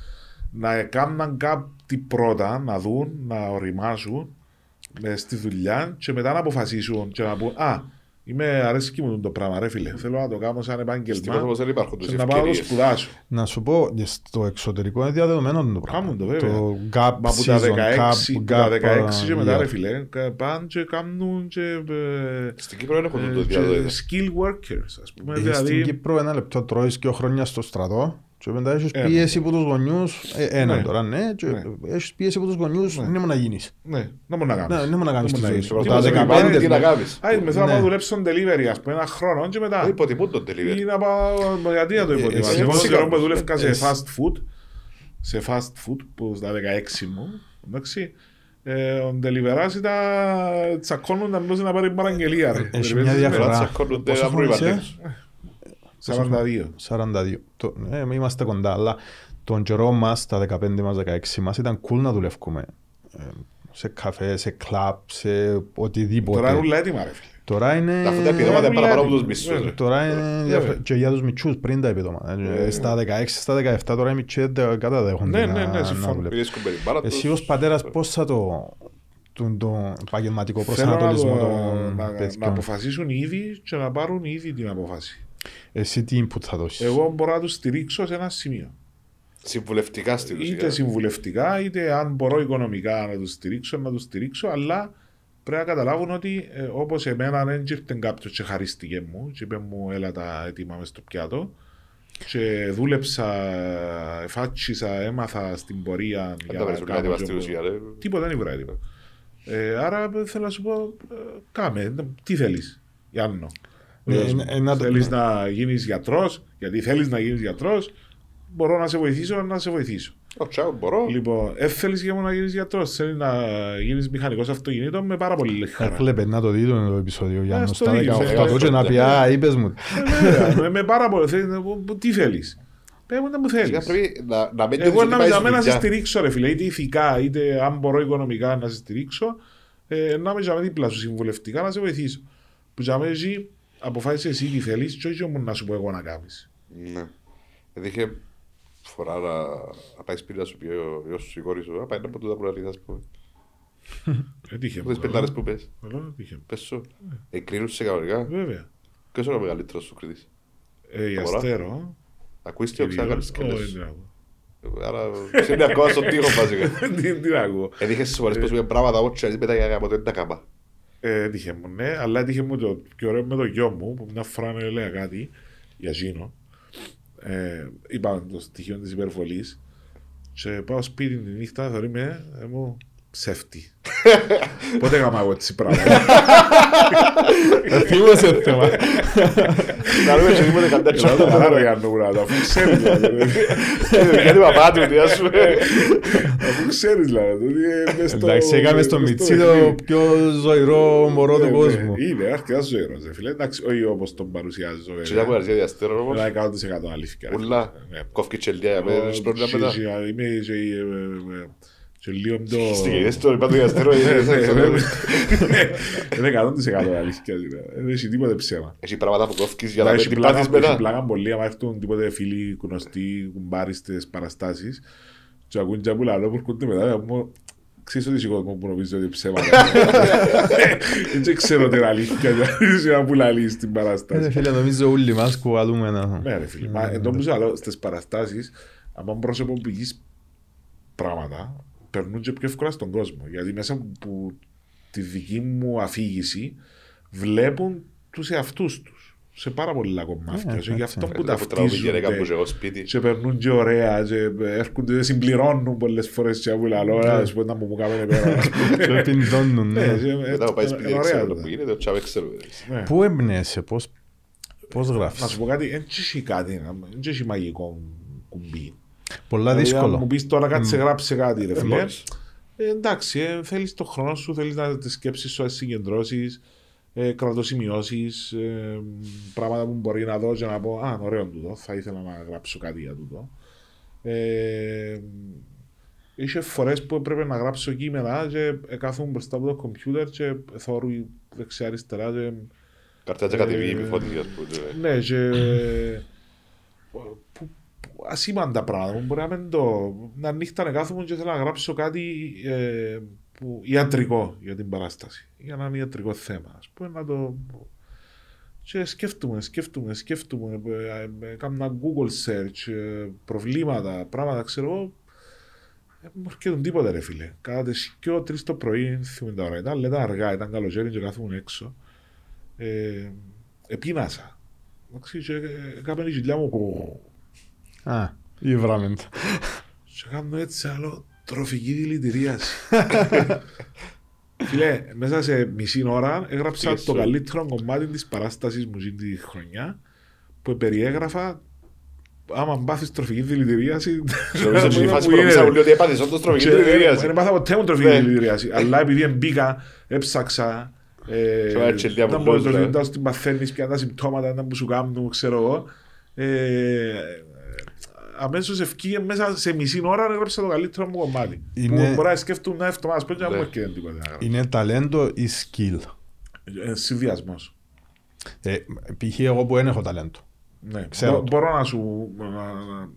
να έκαναν κάτι πρώτα, να δουν, να οριμάσουν ε, στη δουλειά και μετά να αποφασίσουν και να πούν «Α, είμαι αρέσκει μου το πράγμα ρε φίλε, θέλω να το κάνω σαν
Δυστυχώς
επάγγελμα
όμως δεν υπάρχουν
και
τόσες
να πάω να το
ευκαιρίες.
σπουδάσω».
Να σου πω, και στο εξωτερικό είναι διαδεδομένο το πράγμα.
Κάνουν το, βέβαια.
Το gap
Μα από τα
season,
16,
gap-
που τα
gap, ε,
16 και μετά
year.
ρε φίλε, κα- πάνε και κάνουν και... ε,
Στην Κύπρο δεν έχω
Ε,
το
και
διαδίκτυο.
skill workers, ας πούμε.
Ε, Στην
δηλαδή,
Κύπρο ένα λεπτό τρώεις και χρόνιας στο στρατό και μετά έχεις
Ένα.
πίεση από τους γονιούς, ε, ένα
Ε, Ναι.
τώρα ναι, και
Ναι.
έχεις πίεση από τους γονιούς, δεν είναι μόνο να γίνεις.
ναι, να μπορείς να
Ναι,
κάνεις.
δεν είναι μόνο να κάνεις τη ζωή σου.
τίποτα
Τα
δεν
15
κάνει, τι να κάνεις.
Α, μετά να πάω
Ναι.
να δουλέψω στον delivery, ας πούμε, ένα χρόνο και μετά.
Δεν υποτιμούν τον delivery.
Ή να πάω, μα γιατί να το υποτιμάς.
Ε, εσύ ε,
Εγώ
έτσι
τον καιρό που
κάνεις.
δούλευκα σε
Εσύ.
fast food, σε fast food, που στα 16 μου, εντάξει, ε, ο Ντελιβεράς ήταν τσακώνονταν πώς να πάρεις παραγγελία. ρε.
Ε, Έχει
Περιμένεις
μια
με
διαφορά.
Μετά τσακώνονται
Πόσο
να βρουν οι
χρόνο είσαι?
βαρτές.
42.
42. Το, ε, είμαστε κοντά, αλλά τον καιρό μας, τα 15 μα, 16 μας, ήταν cool να δουλεύουμε. Ε, σε καφέ, σε κλαπ, σε οτιδήποτε.
Τώρα είναι όλα έτοιμα, ρε φίλε.
Τώρα είναι.
Τα φωτά επιδόματα είναι
Ε,
παραπάνω από
δηλαδή.
τους μισθούς. ρε.
Τώρα είναι
Ε, Βέβαια.
διαφορε- και για τους μητσούς πριν τα επιδόματα. Ε, Στα 16, στα 17 τώρα οι μητσοί δεν καταδέχονται
Ναι,
να,
ναι, ναι,
να
συμφωνώ.
δουλεύουν.
Μιλήσεις κουμπεριμπάρα τους.
Εσύ ως πατέρας πώς θα το, τον, τον επαγγελματικό
Θέλω να, το,
προσανατολισμό
να,
των
να,
τέτοιων.
να αποφασίσουν ήδη και να πάρουν ήδη την αποφάση.
Εσύ τι input θα δώσεις.
Εγώ μπορώ να τους στηρίξω σε ένα σημείο.
Συμβουλευτικά στην
Είτε
ουσία.
συμβουλευτικά, είτε αν μπορώ οικονομικά να τους στηρίξω, να τους στηρίξω, αλλά πρέπει να καταλάβουν ότι ε, όπως εμένα δεν ήρθε κάποιος και χαρίστηκε μου, και είπε μου, έλα τα έτοιμα μες στο πιάτο. Και δούλεψα, εφάτσισα, έμαθα στην πορεία.
Δεν τα βρίσκουν
κάνω
κάτι
και
στην
όπου-
ουσία. ρε.
Τίποτα δεν βράει τίποτα. Ε, άρα ε, θέλω να σου πω, ε, κάμε, ε, τι θέλεις, Γιάννο.
Ναι, ε, ε, να το-
θέλεις
ναι.
να γίνεις γιατρός, γιατί θέλεις να γίνεις γιατρός, μπορώ να σε βοηθήσω, να σε βοηθήσω.
Ω, τσάου, μπορώ.
Λοιπόν, ε, θέλει για μου να γίνεις γιατρός, θέλεις να γίνεις μηχανικός αυτοκινήτων με πάρα πολύ χαρά.
Έκλεπε να το δείτε το επεισόδιο για
Ε,
να
στο
στα
δίκιο,
18
ε,
του και να πει «Α, είπες μου».
Βέβαια, Ε, ναι, με, με πάρα πολύ. Θέλεις, να πω, τι θέλεις. Πε μου, δεν μου θέλεις.
Σιγά πρέπει να- να μην
Εγώ
νιώθεις
να
ότι
με
Ε, πάει
να
στη
σε
δουλειά.
στηρίξω, ρε φίλε, είτε ηθικά, είτε αν μπορώ οικονομικά να σε στηρίξω, ε, να με τζαμί δίπλα σου συμβουλευτικά να σε βοηθήσω. Που τζαμί εσύ αποφάσισες εσύ τι θέλεις, και όχι όμως να σου πω εγώ να κάνεις.
Ναι. Δηλαδή είχε φορά να, να πάει σπίτι να σου πει ο γιος σου, η κόρη σου, να πάει να ποτούτα πουλαρίδα, ας πούμε.
Έτυχε.
Από τις πεντάρες που πες.
ε,
Πες σου. Εκρίνουσαι κανονικά.
Βέβαια.
Ποιος είναι ο μεγαλύτερος σου κριτής.
Ε, η
Μπορώ.
Αστέρο.
Ακούεις τι ο
κυρίως, ε,
ξανακάνεις
όχι,
κριτές.
δεν ακούω.
Άρα ξέρει ακόμα στον τοίχο βασικά.
Τι- Τι να ακούω.
Ε, είχες τις φορές που σου είπε πράγματα όχι, αλλά μετά για ποτέ δεν τα κάμα.
Ε, Έτυχε μου, ναι, αλλά έτυχε μου το πιο ωραίο με το γιο μου που μια φορά μου έλεγα κάτι για Ζήνο. Ε, είπα το στοιχείο της υπερβολής. Και πάω σπίτι τη νύχτα, θεωρεί με, ε, μου ψεύτη. Πότε έκανα εγώ έτσι πράγμα.
Θύμωσε Ε, θέμα.
Να λέμε και τίποτε καντά
Ξέρω το
τσάντα.
παράδο για να το αφού δηλαδή. ξέρει.
Γιατί παπά του, τι ας πούμε.
Αφού ξέρεις, δηλαδή. ότι, ε, μες στο-
Εντάξει, έκαμε στο
μες
Μιτσί το
παιχνίδι.
πιο ζωηρό μωρό
Ναι,
του
ναι,
κόσμου.
Είναι αρκετά ζωηρός, ρε φίλε. Εντάξει, όχι όπως τον παρουσιάζω.
Και τα
βέβαια.
κουναριά διαστέρων όμως.
Ένα 100% αλήθεια. ρε.
Ούλα.
Ναι.
Κόφκι τσελιά για μένα. δεν έχεις πρόβλημα
Ε,
μετά.
και- και- Είμαι και- ε, ε, ε, και λίγο Ναι, πιο...
Στην γενιά στο είπα του διαστέρων.
Ε, Είναι 100% αλήθεια. δηλαδή. Δεν έχει τίποτε ψέμα.
Έχει πράγματα που κόφκεις για
Αλλά
να
Έχει
μην πάθεις
πλάκα- έχει
μετά.
πλάκα πολύ, άμα έρθουν τίποτε φίλοι γνωστοί, κουμπάριστες παραστάσεις και ακούν και που έρχονται μετά και μου ξέρεις ότι είσαι κόσμος που νομίζεις ότι είναι ψέμα. Ε, Δεν ξέρω τι είναι αλήθεια, είσαι ένα που λαλείς στην παραστάση.
Ε, Φίλε, νομίζω όλοι μας κουβαλούμε ένα.
Ναι, ρε φίλε. Μα εν τω μεταξύ, αλλά στις παραστάσεις, άμα προσωποποιεί πράγματα, περνούν και πιο εύκολα στον κόσμο. Γιατί μέσα που τη δική μου αφήγηση, βλέπουν τους εαυτούς τους σε πάρα πολλά κομμάτια.
Ναι,
και γι'
Ε,
αυτό που
Τραύμα
ταυτίζονται
γυναίκα που και εγώ σπίτι.
και περνούν και ωραία και έρχονται, συμπληρώνουν πολλές φορές και άβουλα λόγια, ας πούμε να μου κάνουν πέρα.
Το πιντώνουν,
Ναι,
ναι.
και-
Μετά που πάει
ε,
σπίτι,
ωραία
δεν ξέρω
ήταν.
που γίνεται, ο Τσάβε ξέρω.
Ναι.
Πού εμπνέεσαι, πώς, πώς
Να σου
γράφεις.
πω κάτι, δεν έχει κάτι, δεν έχει μαγικό κουμπί.
Πολλά
Δηλαδή, αν μου
δύσκολο.
πεις τώρα κάτι, σε γράψε κάτι, ρε φίλε.
μπορείς.
Ε, εντάξει, ε, θέλεις το χρόνο σου, θέλεις να τις σκέψεις σου, να τις συγκεντρώσεις, ε, κρατοσημειώσεις, ε, πράγματα που μπορεί να δω και να πω «Α, ωραίο τούτο, θα ήθελα να γράψω κάτι για τούτο». Ε, είχε φορές που έπρεπε να γράψω κείμενα και ε, κάθομαι μπροστά από το κομπιούτερ και θωρούει δεξιά-αριστερά και
Καρτιά και κατεβεί η επιφωτική, ας πούμε.
ναι, και... που, που- ασήμαντα πράγματα. Μπορεί να μην το... Να νύχτανε κάθομαι και θέλω να γράψω κάτι ε, που, ιατρικό για την παράσταση. Για ένα ιατρικό θέμα. Ας πούμε να το... Και σκέφτομαι, σκέφτομαι, σκέφτομαι. ε, ε, Κάμνα Google search, ε, προβλήματα, πράγματα, ξέρω εγώ. Δεν μου έρχεται τίποτα ρε φίλε. Κατά τις 2-3 το πρωί, δεν θυμάμαι τα ώρα, ήταν λέτε αργά, ήταν καλοκαίρι και κάθομαι έξω. Ε, επίνασα. Εντάξει, και έκαμε τη γυλιά μου «Ω».
Α, η Βραμεντ.
και κάνω έτσι άλλο τροφική δηλητηρίαση. Φίλε, μέσα σε μισή ώρα έγραψα
Πήγες
το
σου.
καλύτερο κομμάτι της παράστασης μου στην τη χρονιά που περιέγραφα άμα πάθεις τροφική δηλητηρίαση
Νομίζω ότι η
που
φάση που
είναι,
νομίζω
ρε.
όλοι ότι έπαθες όντως τρομική
Και
δηλητηρίαση.
Δεν μάθα ποτέ μου τροφική
Ναι.
δηλητηρίαση. Αλλά επειδή μπήκα, έψαξα. ε,
Τώρα τσιλιά
να
που
μπορείς
πλούζα.
να την παθαίνεις, ποια είναι τα συμπτώματα, να μου σου κάνουν, ξέρω εγώ. Ε, αμέσως ευκήγε μέσα σε μισή ώρα να έγραψα το καλύτερο μου κομμάτι.
Είναι-
Που μπορεί να σκέφτουν να εβδομάδα πέντε να
Ναι.
μου έρχεται τίποτα. να γράψω.
Είναι ταλέντο ή skill.
Ε, Συνδυασμός.
Ε, π.χ. εγώ που δεν έχω ταλέντο.
Ναι.
Ξέρω
Μπο-
το.
Μπορώ να σου. να- να-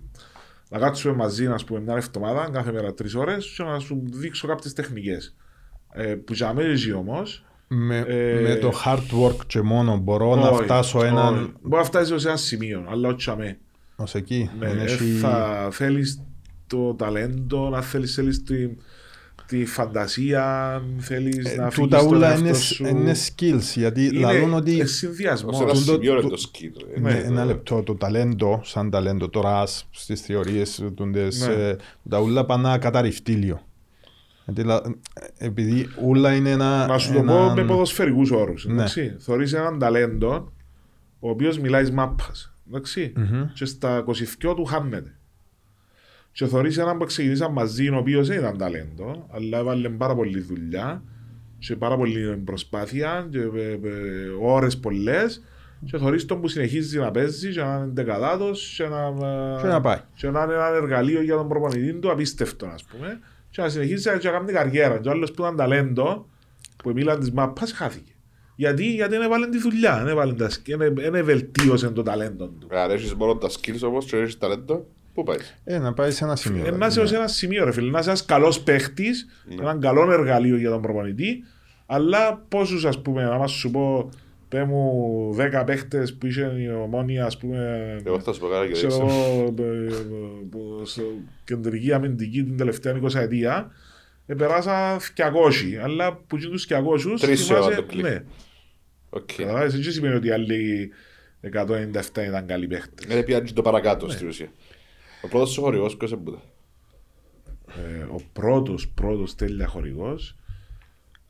Να κάτσουμε μαζί, να πούμε, μια εβδομάδα, κάθε μέρα τρεις ώρες, και να σου δείξω κάποιες τεχνικές. Ε, που για μένα όμως,
Με,
Ε,
με το hard work και μόνο μπορώ Λοιπόν, να
Όχι,
φτάσω
όχι.
έναν...
Μπορεί να φτάσεις σε ένα σημείο, αλλά όχι αμέ.
Ως εκεί.
Ναι,
Δεν
ε,
έχει-
Θα θέλεις το ταλέντο, να θέλεις θέλεις τη, τη φαντασία, θέλεις
Ε,
να φύγει.
Τούτα όλα είναι, είναι skills, γιατί λαλούν
ε,
ότι
Ως
συνδυασμό.
ένα
τούτο-
σημείο είναι
το-
το σκύλο. ε.
Ναι, ένα λεπτό. Το ταλέντο, σαν ταλέντο, τώρα στις θεωρίες
Ναι.
ε, τα ούλα πάνε να καταρριφτήλιο. Γιατί, λα- ε, επειδή ούλα είναι ένα.
Να σου το
ένα-
πω με ποδοσφαιρικούς όρους.
Ναι.
Θεωρεί έναν ταλέντο ο οποίος μιλάει μάπας.
Μμμ.
Και στα 22 του χάνεται. Και θεωρείς έναν που ξεκινήσαν μαζί, ο οποίος δεν ήταν ταλέντο, αλλά έβαλε πάρα πολλή δουλειά και πάρα πολλή προσπάθεια και ε, ε, ώρες πολλές και θεωρείς τον που συνεχίζει να παίζει και να είναι δεκαδάτος και να, ε,
Και να πάει.
και να είναι ένα εργαλείο για τον προπονητή του απίστευτο ας πούμε και να συνεχίζει και να κάνει καριέρα και ο άλλος που ήταν ταλέντο που μίλαν της μάπας χάθηκε γιατί, γιατί δεν έβαλε τη δουλειά, δεν έβαλε τα σκ- δεν- δεν βελτίωσε το ταλέντο του
Αν έχεις μόνο τα skills όμως και έχεις ταλέντο, πού πάεις.
Ε, να πάει σε ένα
Ναι,
σημείο.
Ε,
ρε. ναι.
Να είσαι ως ένα σημείο, ρε φίλε. Να είσαι ένας καλός παίχτης, έναν καλό εργαλείο για τον προπονητή. Αλλά πόσους, ας πούμε, άμα σου πω, πέ μου 10 παίχτες που είσαι η ομόνια, ας πούμε.
Εγώ θα σου πω κάτι και δεν
Ξέρω
ξέρω.
εγώ, ε, ε, που στο κεντρική αμυντική την τελευταία 20 ετία, ε, περάσα 200. Αλλά που είναι του 200,
Τρεις σε
θυμάσαι-
όλα το κλικ.
Ναι,
Οκ.
καταλάβεις, δεν σημαίνει ότι οι άλλοι 197 ήταν καλοί παίχτες.
Δεν πιάνει το παρακάτω
Ναι.
στην ουσία. Ο πρώτος σου χορηγός ποιος εμπούτα.
Ε, ο πρώτος πρώτος τέλεια χορηγός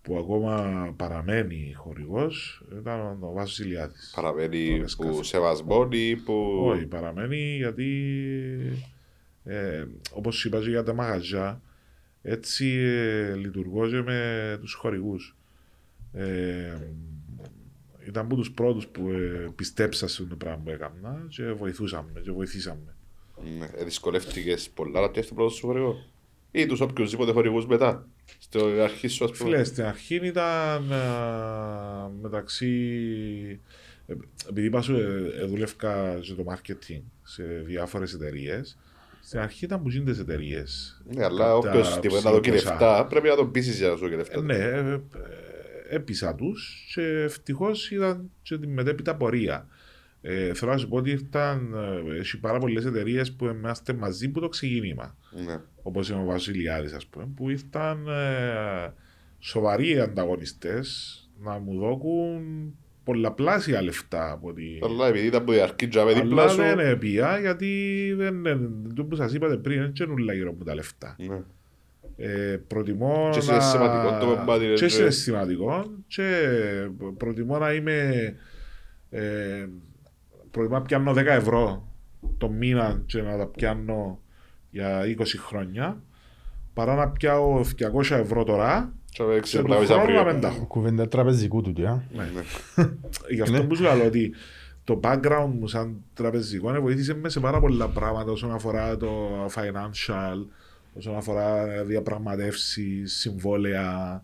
που ακόμα παραμένει χορηγός ήταν ο Βάσος Ηλιάδης.
Παραμένει
Ωραία,
που
σκάφη.
σεβασμόν ή που...
Όχι, παραμένει γιατί ε, όπως σου είπα και για τα μαγαζιά έτσι ε, λειτουργώ και με τους χορηγούς. Ε, ήταν από τους πρώτους που ε, πιστέψα στο πράγμα που έκανα και βοηθούσαμε και βοηθήσαμε.
Ναι, ε, Δυσκολεύτηκες πολλά να πιάσεις τον πρώτο σου χορηγό. Ή τους οποιουσδήποτε χορηγούς μετά. Στο αρχή σου ας πούμε.
Φίλες, στην αρχή ήταν α, μεταξύ. ε, Επειδή είπα σου, ε, ε, δούλευκα σε το marketing σε διάφορες εταιρείες, στην αρχή ήταν που γίνονται εταιρείε.
Ναι, αλλά όποιος τίποτα να το κυρευτά, πρέπει να τον πείσεις για να σου κυρευτά.
Ναι, ε, ε, έπεισα τους και ευτυχώς ήταν και τη μετέπειτα πορεία. Ε, θέλω να σου πω ότι ήρθαν ε, έχει πάρα πολλές εταιρείες που είμαστε μαζί που το ξεκίνημα
Ναι.
όπως είναι ο Βασιλιάδης ας πούμε, που ήρθαν ε, σοβαροί ανταγωνιστές να μου δώκουν πολλαπλάσια λεφτά από ότι.
Αλλά επειδή ήταν που η αρκή τζάμε δίπλα
Αλλά ναι,
σου.
δεν έπια γιατί δεν, δεν- το που σας είπατε πριν δεν τσενούλα γύρω μου τα λεφτά.
Ναι.
Ε, προτιμώ
Και σε
να...
σημαντικό το κομμάτι, ρε,
Και σε
ρε.
σημαντικό και προτιμώ να είμαι... Ε, προτιμώ να πιάνω 10 ευρώ το μήνα και να τα πιάνω για 20 χρόνια παρά να πιάω 200 ευρώ τώρα
Τζάμε
και τον
ξεπλάβεις
χρόνο να
αύριο.
μην τα έχω.
Κουβέντα τραπεζικού του, τιά.
Γι'
Ναι.
αυτό που σου λέω ότι το background μου σαν τραπεζικό με βοήθησε μες σε πάρα πολλά πράγματα όσον αφορά το financial, όσον αφορά διαπραγματεύσεις, συμβόλαια,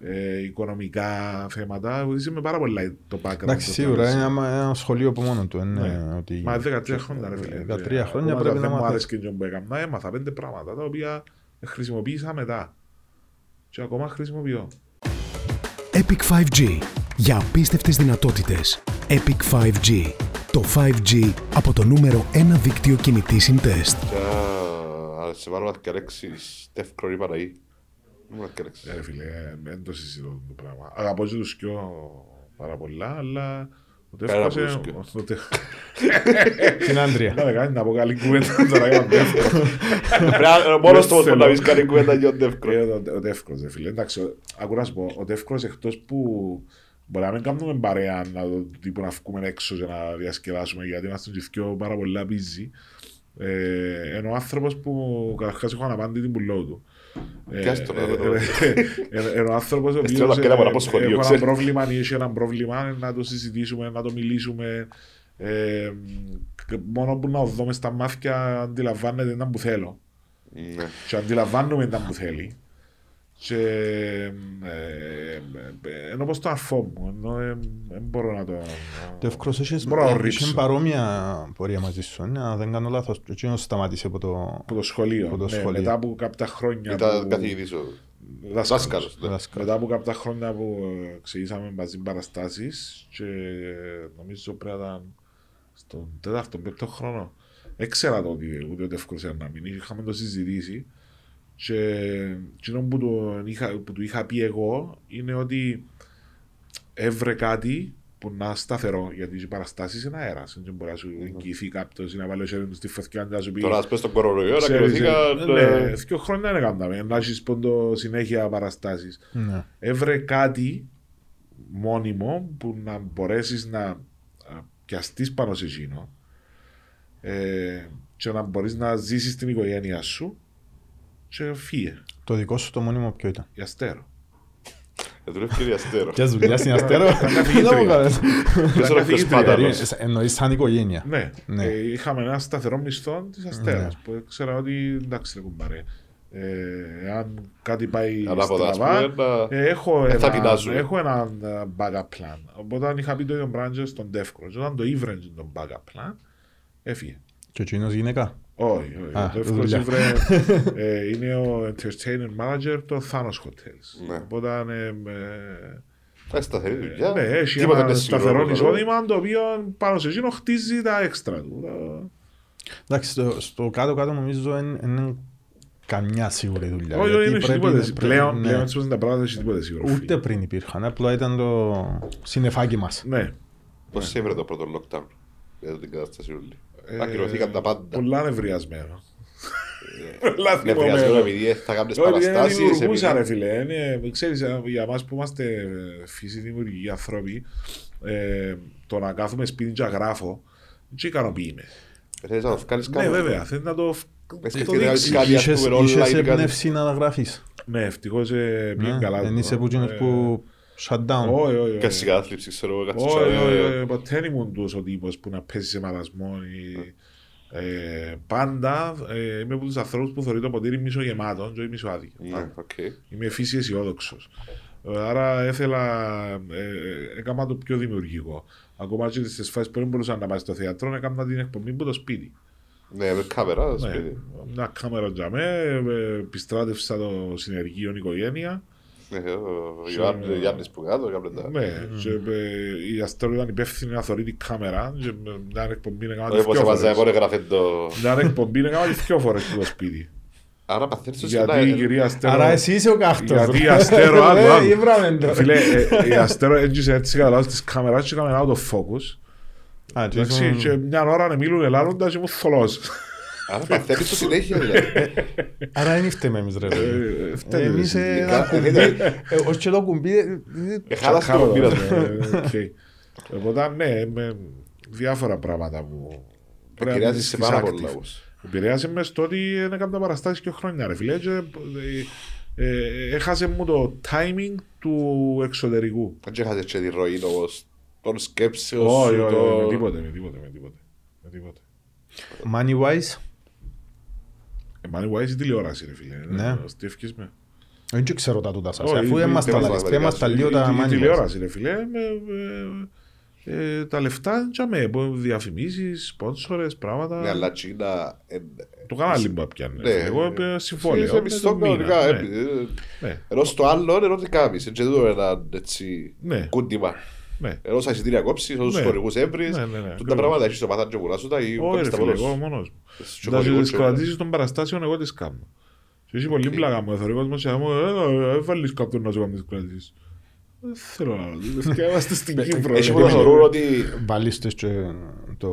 ε, οικονομικά θέματα. Βοήθησε με πάρα πολλά το background.
Εντάξει,
το
σίγουρα είναι
τραπεζικό.
άμα- ένα σχολείο από μόνο του. είναι
Ναι.
ότι-
Μα 13 χρόνια, ρε φίλε.
13
Ακόμα
χρόνια
και
πρέπει
αν
να
Δεν μου
μάθεις.
άρεσε και που έκανα, Ε, έμαθα πέντε πράγματα τα οποία χρησιμοποίησα μετά. Και ακόμα χρησιμοποιώ.
Epic 5G. Για απίστευτες δυνατότητες. Epic 5G. Το 5G από το νούμερο 1 δίκτυο κινητής συντεστ.
Άρα σε βάλω να καλέξεις Steph Curry Παναγή. Μου να καλέξεις.
Ε, Ρε φίλε, ε, δεν το συζητώ το πράγμα. Αγαπώ και τους δυο πάρα πολλά, αλλά ο
Πέρα από
Τεύκος
τους δυο.
είναι... ο Τεύκος-
Την Άντρια.
Να με κάνει να πω καλή κουβέντα τώρα, είπα Τεύκος.
Πρέπει να- Ε, Μόνος του όμως
θέλω.
να πεις καλή κουβέντα για τον Steph Curry.
Ε, ο- Ο Τεύκος, ρε φίλε. Εντάξει, ο- ακούω να σου πω, ο Τεύκος εκτός που μπορεί να μην κάνουμε παρέα, να το τύπο να βγούμε έξω και να διασκεδάσουμε, γιατί είμαστε και δυο πάρα πολλά busy. Ε, ενώ ο άνθρωπος που καταρχάς έχω αναπάντη την πουλό του. Ε,
Πιάσ' τον,
ε,
ρε, το.
ε, ε, ε, Ενώ ο άνθρωπος ο
Έτσι,
οποίος
όλα πέρα
ε,
πολλά από σχολείο,
έχω ένα
ξέρεις.
πρόβλημα ή έχει ένα πρόβλημα ε, να το συζητήσουμε, να το μιλήσουμε. Ε, και μόνο που να δω μες στα μάτια αντιλαμβάνεται ένα που θέλω Ε,
Ναι.
και αντιλαμβάνομαι τα που θέλει. Και, ε, ε, ενώ πως το αρφό μου, ενώ ε, δεν μπορώ να το...
Το Εύκρος είχε
Μπορώ να ρίξω.
είχε παρόμοια πορεία μαζί σου, ε, αν δεν κάνω λάθος. Εκείνος σταμάτησε από το
από το σχολείο,
από το
ναι,
σχολείο.
μετά από κάποια χρόνια
Ήταν
που...
καθηγητής ο
δάσκαλος.
δάσκαλος. ναι.
δάσκαλος.
Μετά από κάποια χρόνια που ε, ξεκινήσαμε μαζί παραστάσεις και νομίζω πρέπει να ήταν στον τέταρτο, πέμπτο χρόνο. Έξερα το ότι ούτε ούτε εύκολο να μείνει, είχαμε το συζητήσει και εκείνο που του είχα, που του είχα πει εγώ είναι ότι έβρε κάτι που να σταθερό, γιατί οι παραστάσεις είναι αέρας, δεν μπορεί να σου εγγυηθεί κάποιος ή να βάλει ο χέρι του στη φωτιά και να σου πει
Τώρα ας πες τον κορονοϊό, να
ε, Ξέρεις,
κρυωθήκαν...
ναι,
ε,
δύο χρόνια δεν έκαναμε, να έχεις πόντο συνέχεια παραστάσεις.
Ναι.
Έβρε κάτι μόνιμο που να μπορέσεις να α, πιαστείς πάνω σε εκείνο ε, και να μπορείς να ζήσεις την οικογένειά σου και φύγε,
Το δικό σου το μόνιμο ποιο ήταν.
η αστέρο.
Ε, Δουλεύει και διαστέρο.
Ποια δουλειά στην Αστέρο.
καθηγήτρια.
Δεν μου κάνεις.
Ποιος είναι ο
ήταν
πιο
καθηγήτρια.
σπάταλος.
Περίμενε, Εννοείς σαν οικογένεια.
Ε, Ναι,
Ναι.
Ε, είχαμε ένα σταθερό μισθό της Αστέρας που ήξερα ότι εντάξει, ρε κουμπάρε. Ε, αν κάτι πάει
Ανάποδα, ας
στραβά,
πούμε, να-
ε, έχω,
να θα
ένα,
πεινάζουμε.
έχω έναν ε, backup plan. Οπότε αν είχα πει το ίδιο πράγμα και στον Τεύκρο, και όταν το ήβρεν και τον backup plan, έφυγε.
Και ο εκείνος γυναίκα.
Όχι, όχι.
Α,
το εύκολο
δουλειά.
ήβρε ε, είναι ο entertainment manager των Thanos Hotels.
Ναι.
Οπότε ε, ε,
Ε, σταθερή δουλειά.
ναι, έχει
Τίποτα
ένα
δεν σίγουρο, ε.
σταθερό
καλό.
εισόδημα το οποίο πάνω σε εκείνο χτίζει τα έξτρα του. τα-
Εντάξει, στο- στο κάτω-κάτω νομίζω εν- εν είναι καμιά σίγουρη δουλειά.
Όχι,
γιατί
όχι, έχει
πρέπει-
τίποτε.
πρέπει-
Πλέον,
ναι.
πλέον έτσι όπως είναι τα πράγματα, έχει τίποτε σίγουρα.
Ούτε πριν υπήρχαν, απλά ήταν το συνεφάκι μας.
Ναι.
Πώς έβρε το πρώτο lockdown για την κατάσταση όλη. Ακυρωθήκαν τα πάντα.
Ε, Πολλά νευριασμένο. Πολλά
Ναι,
θυμωμένο.
βιασμένο επειδή θα κάνεις
Όχι, δεν
παραστάσεις.
δημιουργούσα
επειδή-
ρε φίλε. Είναι- Ξέρεις, ε, για εμάς που είμαστε ε, φύση δημιουργικοί άνθρωποι, ε, το να κάθουμε σπίτι και να γράφω, δεν σε ικανοποιεί με.
Θες να το βγάλεις
Ναι,
κάπου.
βέβαια, θέλει να το... φ-
Πες
το
και τι να κάνεις
δείξεις.
κάτι, ας
Είχες
πούμε,
είχες
online. κάτι.
έμπνευση να γράφεις.
Ναι, ευτυχώς ε, πήγε
Ναι,
καλά.
Δεν
το.
είσαι που εκείνος
Ε,
που shut down.
Όχι, όχι,
Κάνεις
όχι.
συγκατάθλιψη, ξέρω εγώ, κάτσε
Όχι,
τσάμε.
όχι, όχι, ποτέ δεν ήμουν τόσο τύπος που να πέσει σε μαρασμό. ή- Ε, πάντα ε, είμαι από τους ανθρώπους που θεωρεί το ποτήρι μισό γεμάτο και όχι μισό άδικο.
Ναι, οκ.
Είμαι φύση αισιόδοξος. Άρα ήθελα, ε, έκανα το πιο δημιουργικό. Ακόμα και στις φάσεις που δεν μπορούσα να πάει στο θέατρο, έκανα την εκπομπή από το σπίτι.
Ναι, με κάμερα,
Ναι,
σπίτι.
μια κάμερα τζαμέ, ε, επιστράτευσα το συνεργείο οικογένεια.
Ναι, ο Ιωάννης- ο Γιάννης που κάτω, κάμερα τα-
Ναι, και, ε, η Αστέρο ήταν υπεύθυνη να θωρεί την κάμερα και ε, μια εκπομπή να κάνω
Όχι, πως έβαζα εγώ, έγραφε το...
Μια εκπομπή να κάνω δυο φορές στο σπίτι.
Άρα παθαίνεις το συχνά.
Γιατί η κυρία Αστέρο...
Άρα εσύ είσαι ο κάχτος.
Γιατί
ρε.
η Αστέρο, άκου,
Ε,
άκου.
ήβραμε το.
Φίλε, ε, η Αστέρο έτσι έτσι καταλάβεις τις κάμερας και έκαμε out of focus.
Α, και
Εντάξει,
ήσουν-
και μια ώρα να μιλούν ελάλλοντας και μου θολός.
Άρα παθαίνεις το συνέχεια. δηλαδή.
Άρα δεν φταίμε εμείς ρε. παιδί.
Ε, φταίει,
Εμείς
ρε,
ε,
Ε,
ένα
κα-
κουμπί,
ε,
ε, ως και το κουμπί, ε, ε,
Ε, χάλασε το
Χάλα,
πείρασμα.
ε, οκ. Οπότε ναι, με διάφορα πράγματα που...
Με
πρέπει να
Επηρεάζει
τις
σε πάρα
active.
πολλά όμως.
Επηρεάζει μες στο ότι δεν έκανα παραστάσεις και χρόνια ρε φίλε. και, ε, ε, έχασε μου το timing του εξωτερικού.
Δεν ξέχασες και τη ροή όμως. Τον σκέψεως
Όχι,
σου,
όχι,
το-
όχι, με τίποτε, με τίποτε, με τίποτε. Με τίποτε.
Money wise,
Ε, Money Wise η τηλεόραση, ρε φίλε.
Ναι.
Ε, στεύχεις με.
ε, δεν και ξέρω τα τούτα σας,
Όχι,
αφού
δεν
είμαστε
μας
τα
τα
λεφτά, είμαστε τα
ε,
παιδιά,
λίγο τα
Η- η- η
money wise.
τηλεόραση, ρε φίλε. με- ε, ε, τα λεφτά, τσάμε, διαφημίσεις, σπόνσορες, πράγματα.
Ναι, αλλά Τσίνα... ε,
Το κανάλι μου πιάνει.
Ναι,
Ναι, Εγώ ε, συμφώνησα.
σε
με
μισθό
τον μήνα,
κανονικά,
ναι.
ε,
Ναι,
Ενώ στο άλλο είναι ότι κάνεις. Έτσι εδώ έναν έτσι
Ναι.
κούντιμα.
ναι.
Ενώ στα εισιτήρια κόψεις, όσους
Ναι.
χορηγούς έβρεις,
Ναι, ναι, ναι,
τούτα
ακριβώς.
πράγματα έχεις το παθάν και κουράσου τα ή
Όχι,
κόψεις
ρε
τα
φίλε,
μόνος
εγώ
σου.
μόνος μου.
Στους
Να
χορηγούς
τις
και-
κρατήσεις των παραστάσεων εγώ τις κάνω. Και έχει πολύ πλάκα μου, θεωρεί ο κόσμος και μου, «Ε, ε, ε, βάλεις κάποιον να σου κάνει τις κρατήσεις. Δεν θέλω να ρωτήσω, και είμαστε στην Κύπρο.
Ε, Έχει
ρε,
που το
φίλε.
θεωρούν ότι
Βάλεις τους και το,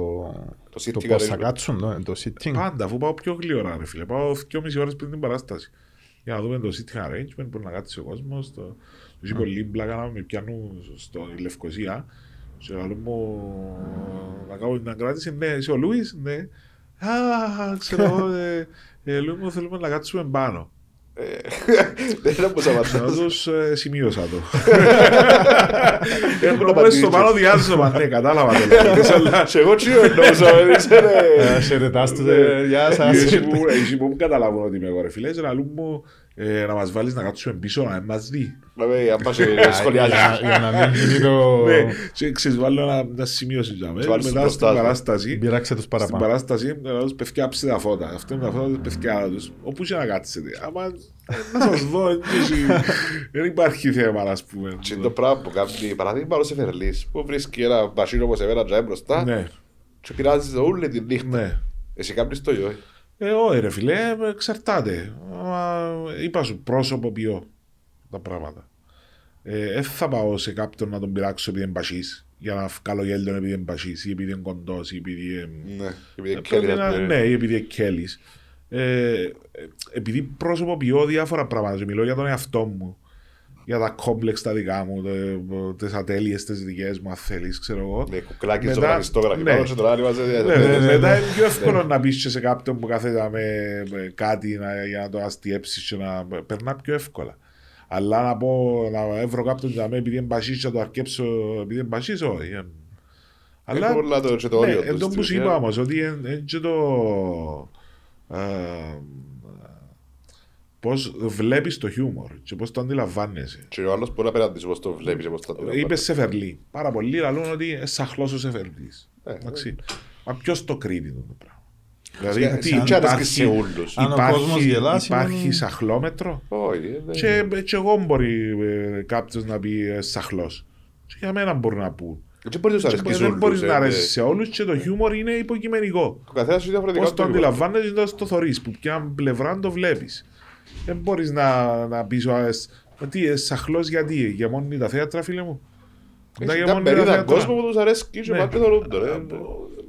sitting,
το πώς
ρε,
θα
είναι.
κάτσουν, ναι, το sitting.
Πάντα, αφού πάω πιο γλυόρα, ρε φίλε. Πάω 2,5 ώρες πριν την παράσταση. Για να δούμε το sitting arrangement, μπορεί να κάτσει ο κόσμος. Το...
Ναι.
Έχει πολύ πλάκα να με πιάνουν στο η Λευκοσία. Σε άλλο μου να κάνω την κράτηση. Ναι, είσαι ο Λούις, ναι. Α, ξέρω εγώ, ε, ε, Λούι μου θέλουμε να κάτσουμε πάνω.
ε, δεν είναι όπως
Να
απαντάς.
τους ε, σημείωσα το.
Έχουν
Ενώ μόλις
απαντήσεις.
στο πάνω διάστημα, ναι, κατάλαβα το. λέω.
Και εγώ τι εννοούσα, δεν
Ε,
ήξερε.
Σε ρετάς τους, ε, γεια σας.
Εσύ που- εσύ που μου καταλαβαίνω ότι είμαι εγώ ρε φίλε, να μου ε, να μας βάλεις να κάτσουμε πίσω να μην μας δει.
Να με αν πας και
Για-
σχολιάζεις.
Για να μην γίνει το...
Ναι, και ξέρεις, βάλω ένα, μια σημείωση για μένα.
βάλεις
Μετά στην
μπροστά σου.
παράσταση,
Πειράξε τους
Ναι. στην
παραπάνω.
παράσταση, να λέω τους παιδιά ψε τα φώτα. Αυτό είναι τα φώτα τους παιδιά τους. Όπου και να κάτσετε. Άμα να σας δω, έτσι, δεν υπάρχει θέμα, ας πούμε.
Και το πράγμα που κάνει παράδειγμα ο Σεφερλής που βρίσκει ένα μπασίνο όπως εμένα τζάι μπροστά
Ναι,
και πειράζει όλη τη νύχτα.
ναι.
Εσύ κάνεις το γιο.
Ε, όχι ρε φίλε, ε, εξαρτάται. Άμα, είπα σου πρόσωπο ποιό τα πράγματα. Ε, ε, θα πάω σε κάποιον να τον πειράξω επειδή είναι μπασής, για να βγάλω γέλιο επειδή είναι μπασής ή επειδή είναι κοντός ή επειδή... είναι-
Ναι.
Ε, πρέπει να- ναι, ή επειδή είναι κέλης. Ε, ε, επειδή προσωποποιώ διάφορα πράγματα, και μιλώ για τον εαυτό μου, για τα κόμπλεξ τα δικά μου, τε- τις ατέλειες τις δικές μου, αν θέλεις, ξέρω εγώ.
Ναι, κουκλάκι
Μετά-
στον αριστόγραφη.
ναι.
Πάνω στον άλλη μας.
Ναι, ναι,
ναι.
μετά είναι πιο εύκολο να πεις και σε κάποιον που κάθεται με με κάτι να- για να το αστιέψεις και να περνά πιο εύκολα. Αλλά να πω, να έβρω κάποιον να με επειδή είναι μπασίς να το αρκέψω επειδή είναι μπασίς, όχι. ε. Αλλά,
Έχω πολλά το- και το
ναι,
όριο του
εν τω που
στην
σου
ουσία.
είπα όμως, ότι είναι και το... ε, Πώς βλέπεις το χιούμορ και πώς το αντιλαμβάνεσαι.
Και ο άλλος μπορεί να περάσει όπως το βλέπεις. όπως τα τρέχει.
Είπες σε Φερλί. Πάρα πολλοί λαλούν ότι σαχλός ο Σεφερλής.
Ε,
Εντάξει. Μα ποιος το κρίνει το πράγμα.
Ε,
Δηλαδή, τι
σαν-
υπάρχει,
σε όλους.
Αν ο κόσμος
υπάρχει,
γελάσει,
υπάρχει
είναι-
σαχλόμετρο.
Όχι. ε, ναι.
Και, και εγώ μπορεί ε, κάποιος να πει ε, σαχλός. Και για μένα μπορεί να πούν.
Και μπορεί να τους
Και
αρέσει και σε
Δεν μπορείς
όλους, ε,
να
ναι.
αρέσει σε όλους και το χιούμορ είναι υποκειμενικό.
Ο καθένας είναι διαφορετικά.
Πώς το
από τον υπόλοιπο.
αντιλαμβάνεσαι, είναι το θεωρεί. Που ποια πλευρά το βλέπεις. Δεν μπορείς να, να πεις ότι σαχλό γιατί, για μόνο τα θέατρα, φίλε μου.
Έχεις
για
μια
μόνο
περίδα
θέατρα.
κόσμο που τους αρέσει και
Ναι.
πάντα θεωρούν το, ρε.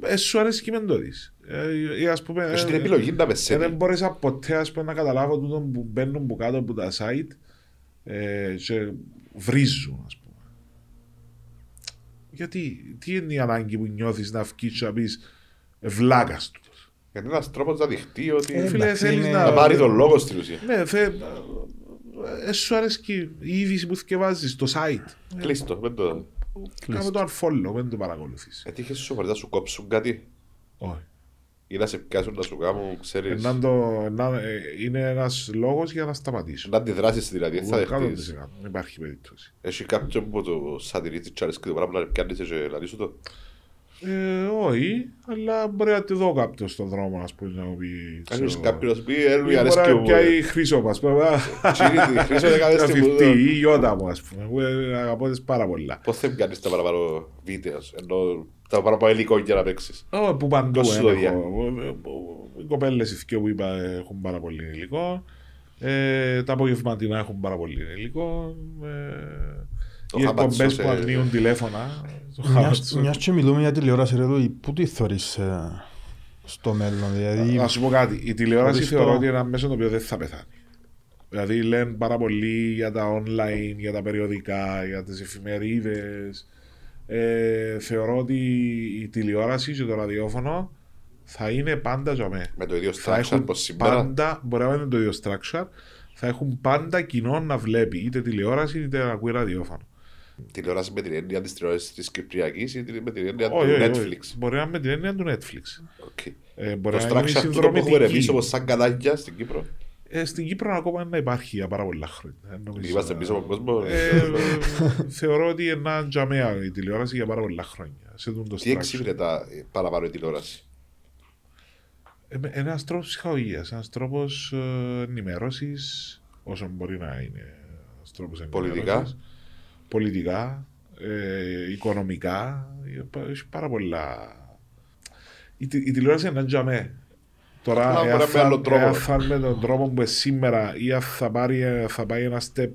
Ε, σου αρέσει και μεν το δεις. Ε, ή ας πούμε,
Έχει την
ε,
επιλογή να
ε,
πεσαίνει.
δεν μπόρεσα ποτέ ας πούμε, να καταλάβω τούτο που μπαίνουν από κάτω από τα site ε, και βρίζουν, ας πούμε. Γιατί, τι είναι η ανάγκη που νιώθεις να βγεις και να πεις ε, βλάκας τούτος.
Γιατί ένας τρόπος να δειχτεί ότι...
Ε,
Φίλε,
εντάξει,
θέλεις
είναι-
να...
Να πάρει τον λόγο στην ουσία.
Ναι, θε... ε, σου αρέσει και η είδηση που θυκευάζεις το site.
Κλείστο, δεν το... Ε,
Κάμε το unfollow, δεν το παρακολουθείς.
Έτυχε σου φορτά σου κόψουν κάτι
Όχι.
ή να σε πιάσουν να σου κάνουν, ξέρεις.
Έναν το- να- ε, Είναι ένας λόγος για να σταματήσω.
Να αντιδράσεις δηλαδή, δεν θα δεχτείς.
100% Δεν υπάρχει περίπτωση.
Έχει κάποιον που το σατυρίζει και αρέσκει το πράγμα να πιάνεις και να λύσουν το.
Ε, όχι, αλλά μπορεί να τη δω κάποιος στον δρόμο, ας πούμε, να μου πει. ξέρω
Έχεις
εγώ.
κάποιον να σου πει,
Ή
«Ε, Λουί,
Μπορεί
αρέσκει
να
μου.
πιάει η Χρύσο, ας πούμε.
Τσίρι τη Χρύσο, δεν κάνεις
Να
τίποτα.
φυφτεί, ή η Ιώτα μου, ας πούμε. Εγώ ε, αγαπώ τις ε, πάρα πολλά.
Πώς θα πιάνεις τα παραπάνω βίντεος, ενώ τα παραπαελικό για να παίξεις.
Ω, που παντού ε,
Δώσε το
έχω.
διά.
Οι κοπέλες οι θκυο που είπα έχουν πάρα πολύ υλικό. Ε, τα απογευματινά έχουν πάρα πολύ υλικό. Ε,
Το
οι
χάμπατσο
εκπομπές
σε-
που αρνείουν τηλέφωνα. το
Μιας-
χάμπατσο.
Μιας και μιλούμε για τηλεόραση ρε, εδώ, πού τη θεωρείς ε, στο μέλλον, δηλαδή...
Να σου πω κάτι. Η τηλεόραση
Χωρίς το-
θεωρώ ότι είναι ένα μέσο το οποίο δεν θα πεθάνει. Δηλαδή λένε πάρα πολύ για τα online, για τα περιοδικά, για τις εφημερίδες. Ε, θεωρώ ότι η τηλεόραση και το ραδιόφωνο θα είναι πάντα ζωμέ.
Με το ίδιο
Θα
structure
έχουν
πως σήμερα.
πάντα, μπορεί να είναι το ίδιο structure, θα έχουν πάντα κοινό να βλέπει είτε τηλεόραση είτε να ακούει ραδιόφωνο.
Τηλεόραση με την έννοια της τηλεόρασης της Κυπριακής ή τη- με την έννοια του
Όχι, όχι, όχι.
Netflix.
Μπορεί να είναι με την έννοια του Netflix.
Οκ.
Ε, μπορεί
Το
να είναι
structure του που έχουμε εμείς
συνδρομητική.
όπως σαν κατάγια στην Κύπρο.
Ε, στην Κύπρο ακόμα είναι να υπάρχει για πάρα πολλά χρόνια. Δεν νομίζω
Είμαστε
να-
πίσω από τον κόσμο.
Ε, θεωρώ ότι είναι τζαμέα η τηλεόραση για πάρα πολλά χρόνια. Σε τούτο το
Τι
structure.
εξυπηρετά ε, παραπάνω η τηλεόραση.
Ε, Ένας τρόπος ψυχαγωγίας, ένας τρόπος ενημέρωση, ε, όσο μπορεί να είναι ένας τρόπος
Πολιτικά.
ενημέρωσης. Πολιτικά, ε, οικονομικά. ε, πα- Έχει πάρα πολλά. Η, τη- η τηλεόραση είναι ένα τζαμέ.
Απλά
Τώρα,
μπορεί
εάν
να
θα,
με άλλο τρόπο.
εάν θα είναι με τον τρόπο που είναι σήμερα ή αν θα, πάρει, θα πάει ένα step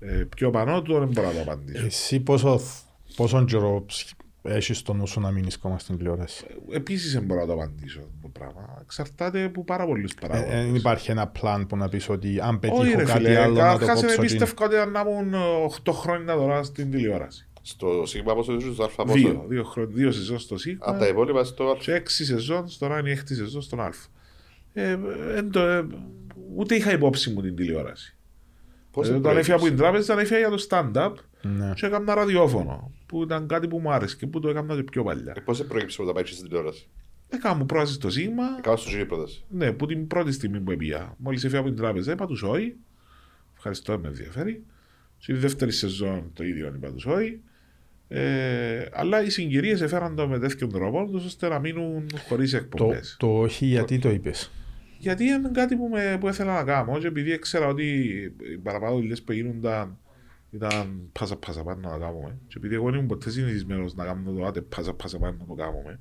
ε, πιο πάνω, του δεν μπορώ να το απαντήσω.
Εσύ πόσο, πόσο καιρό ψ- έχεις στο νου σου να μείνεις ακόμα στην τηλεόραση.
Επίσης δεν μπορώ να το απαντήσω το πράγμα. Εξαρτάται από πάρα πολλού
Ε,
παράγοντε.
ε, Δεν υπάρχει ένα πλάν που να πεις ότι αν
Όχι
πετύχω
ρε
κάτι
φίλε,
άλλο να το
καταρχάς δεν
κόψω. την-
πίστευκα ότι να ήμουν 8 χρόνια τώρα στην τηλεόραση.
Στο σήμα πόσο ήσουν στο αλφα
Δύο, Ε.
πόσο.
δύο, χρόνια, δύο σεζόν στο
Από τα
ΣΥΓΜΑ
υπόλοιπα στο αλφα.
και έξι σεζόν, τώρα είναι η έκτη σεζόν στον ΑΛΦΑ. Ε, εν το- ε, ούτε είχα υπόψη μου την τηλεόραση.
Πώς
ε,
δεν
όταν έφυγα από την
προέκυψε.
τράπεζα, έφυγα για το stand-up
Ναι.
και έκανα ραδιόφωνο, που ήταν κάτι που μου άρεσε και που το έκανα και πιο
Ε,
παλιά.
Πώς δεν προέκυψε που τα πάει στην τηλεόραση.
Έκανα μου πρόταση στο ΣΥΓΜΑ,
Κάπως στο ζωή πρόταση.
Ναι, που την πρώτη στιγμή που έπια. Μόλις έφυγα από την τράπεζα, είπα του όχι. Ευχαριστώ, με ενδιαφέρει. Στη δεύτερη σεζόν το ίδιο είπα του όχι. Ε, αλλά οι συγκυρίες έφεραν το με τέτοιον τρόπο, τους ώστε να μείνουν χωρίς
Το,
εκπομπές.
το όχι γιατί το είπες.
Γιατί είναι κάτι που, με, που ήθελα να κάνω, και επειδή ήξερα ότι οι παραπάνω δουλειές που γίνονταν ήταν πάσα πάσα πάνω να τα κάνουμε. Και επειδή εγώ δεν ήμουν ποτέ συνηθισμένο να κάνω το άτε πάσα πάσα πάνω να το κάνουμε.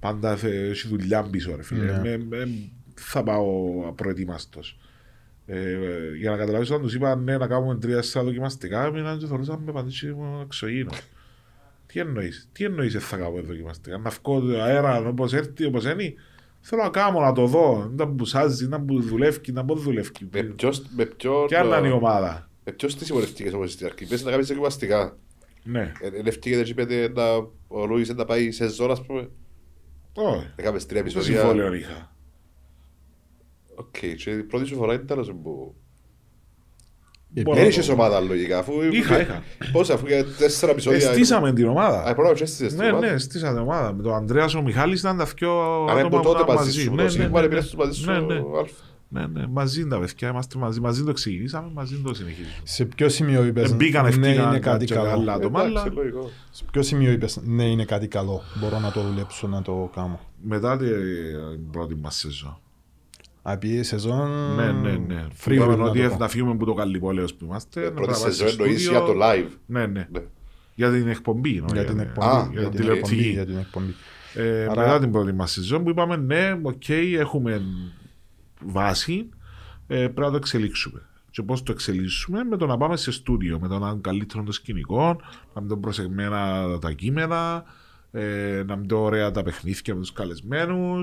Πάντα θε- έχει δουλειά πίσω, ρε φίλε.
Ναι.
Με, με, θα πάω απροετοίμαστο. Ε, ε, για να καταλάβεις όταν τους είπα ναι να κάνουμε τρία-τέσσερα δοκιμαστικά, μείναν και θεωρούσαν με παντήσει μου εξωγήινο. Τι εννοείς, τι εννοείς «Ε, θα κάνω δοκιμαστικά, να βγω αέρα όπως έρθει, όπως είναι. Θέλω να κάνω, να το δω, να μπουσάζει, να μπου δουλεύει, να μπω δουλεύει.
Με ποιος... Με ποιον...
Κι άλλα είναι η ομάδα.
Με ποιος τις συμμορευτικές όμως στην αρχή. Πες να κάνεις Ε, δοκιμαστικά.
Ναι.
Ελευτήκεται και πέντε να... Ο Λούις να πάει σε ζώνα, ας πούμε.
Όχι.
Να κάνεις τρία
Το
επεισόδια.
συμβόλαιο είχα.
Οκ. Και η πρώτη σου φορά ήταν τέλος που...
Μπορώ
Δεν
να
είχες
το-
ομάδα λογικά, αφού...
Είχα, είχα.
Πώς, αφού για τέσσερα επεισόδια...
Εστήσαμε Ε, την ομάδα.
ε, Α, πρώτα έστησες
Ναι, ναι, στήσαμε την ομάδα. Με τον Ανδρέας ο Μιχάλης ήταν τα πιο
Άρα που
άτομα
τότε
που
μαζί
μαζί.
σου,
Ναι,
το
ναι,
σύγμα
ναι,
πήρες τους μαζί σου,
ναι, ναι.
Αλφα.
Ναι, ναι, μαζί είναι τα παιδιά, είμαστε μαζί. Μαζί το ξεκινήσαμε, μαζί το συνεχίζουμε.
Σε ποιο σημείο είπες
Ε, μπήκαν
ναι
ευκαιρία
είναι
να
κάτι
κάτσω καλά.
καλό.
Άτομα,
Εντάξει,
αλλά-
λογικό.
Σε ποιο σημείο είπες ναι είναι κάτι καλό. Μπορώ να το δουλέψω να το κάνω.
Μετά την πρώτη μας σεζόν.
Απ' η σεζόν...
Ναι, ναι, ναι.
Φρίγορα
Είπαμε
να
ότι
το
να
πω.
φύγουμε από το καλλιπόλαιο που είμαστε. ε, να
Ε, Πρώτη
πάμε στο
σεζόν εννοείς
στούντιο.
για το live.
Ναι, ναι.
Ναι.
Για την εκπομπή. εννοώ,
Για την
Α,
εκπομπή.
για
Για
την
την εκπομπή.
τηλεοπτική.
Για την εκπομπή.
Ε,
Άρα-
Μετά την πρώτη μας σεζόν που είπαμε ναι, οκ, έχουμε βάση, ε, πρέπει να το εξελίξουμε. Και πώς το εξελίσσουμε, με το να πάμε σε στούντιο, με το να είναι καλύτερο το σκηνικό, να μην το προσεγμένα τα κείμενα, ε, να μην το ωραία τα παιχνίδια με τους καλεσμένους.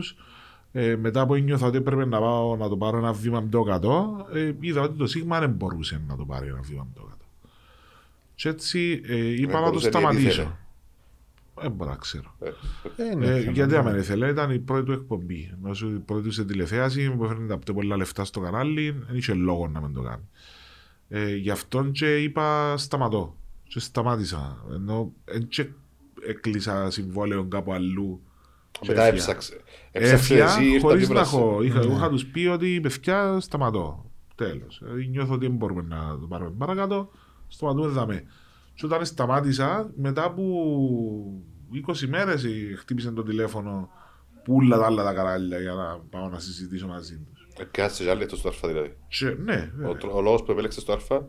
Ε, μετά που νιώθα ότι έπρεπε να, πάω, να το πάρω ένα βήμα πιο κάτω, ε, είδα ότι το Σίγμα δεν μπορούσε να το πάρει ένα βήμα πιο κάτω. Και έτσι ε, είπα
Δεν
να το
μπορούσε, τι
σταματήσω.
ήθελε.
Δεν μπορώ να ξέρω.
Ε,
Ε, ναι,
Ε,
θέμα,
γιατί
ναι.
αν ήθελε, ήταν η πρώτη του εκπομπή. Ενώ σου- η πρώτη του σε τηλεθέαση, που έφερνε τα πιο πολλά λεφτά στο κανάλι, δεν είχε λόγο να μην το κάνει. Ε, γι' αυτόν και είπα σταματώ. Και σταμάτησα. Ενώ δεν και έκλεισα συμβόλαιο κάπου αλλού. και
Μετά
έφυγα.
έψαξε. Έψαξες
Έφυγα
εσύ, ήρθα
Ε,
Ναι.
χωρίς
και
να
πράσι.
έχω. Είχα, είχα τους πει ότι παιδιά σταματώ. Τέλος. Ε, Νιώθω ότι δεν μπορούμε να το πάρουμε παρακάτω. Σταματούμε δαμέ. Και όταν σταμάτησα, μετά από 20 μέρες ε, χτύπησε το τηλέφωνο πουλα τα άλλα τα κανάλια για να πάω να συζητήσω μαζί τους.
Ε, πιάσε και άλλη εκτός του αλφα δηλαδή.
Και, ναι,
Ο,
βέβαια.
τρο- ο λόγος που επέλεξες το αλφα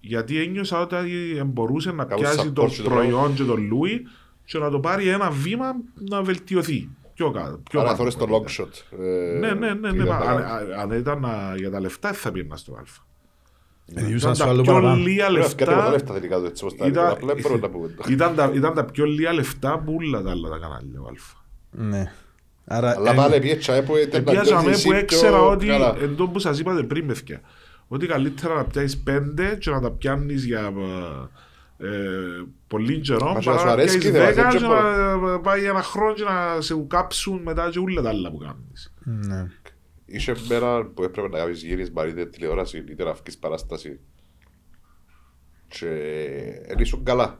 γιατί ένιωσα ότι ε, μπορούσε να
Κάπως
πιάσει
support
το
και το
προϊόν και τον Λούι και να το πάρει ένα βήμα να βελτιωθεί. Πιο κάτω. Πιο
Άρα
κάτω
θωρείς το
μπορεί να
long
ήταν.
shot. ε,
Ναι, ναι, ναι.
τι
ναι,
ήταν
μα
τα
αν,
λάθη.
α- αν ήταν α, για τα λεφτά, θα πήγαινα στο Α.
Διούσαν
Ήταν
στο
τα
Ε, άλλο
πιο
παραπάνω.
λίγα
Ωραία, φτιάχνουμε τα λεφτά
λεφτά.
τελικά τους, έτσι όπως τα
Ήταν- ε,
έλεγα. Απλά δεν μπορούμε να πούμε το.
Ήταν τα, ήταν τα πιο λίγα λεφτά που όλα τα άλλα τα κανάλια ο Α.
Ναι. Άρα,
Αλλά
εν-
πάλι πιέτσα έπου ήταν να
Επιάζαμε
νιώθεις
που
εσύ
έξερα
πιο
ότι
καλά.
εν τω που σας είπατε πριν παιδιά ότι καλύτερα να πιάσεις πέντε και να τα πιάνεις για ε, πολύ καιρό
Μα και να
παρά
σου
να
αρέσει
πιάσεις
και δεν
δέκα
αρέσει
και
και
να πάει ένα χρόνο και να σε ουκάψουν μετά και όλα τα άλλα που κάνεις.
Ναι.
Είχε μέρα που έπρεπε να κάνεις γύρισμα είτε τηλεόραση είτε να αυκείς παράσταση και εν ήσουν καλά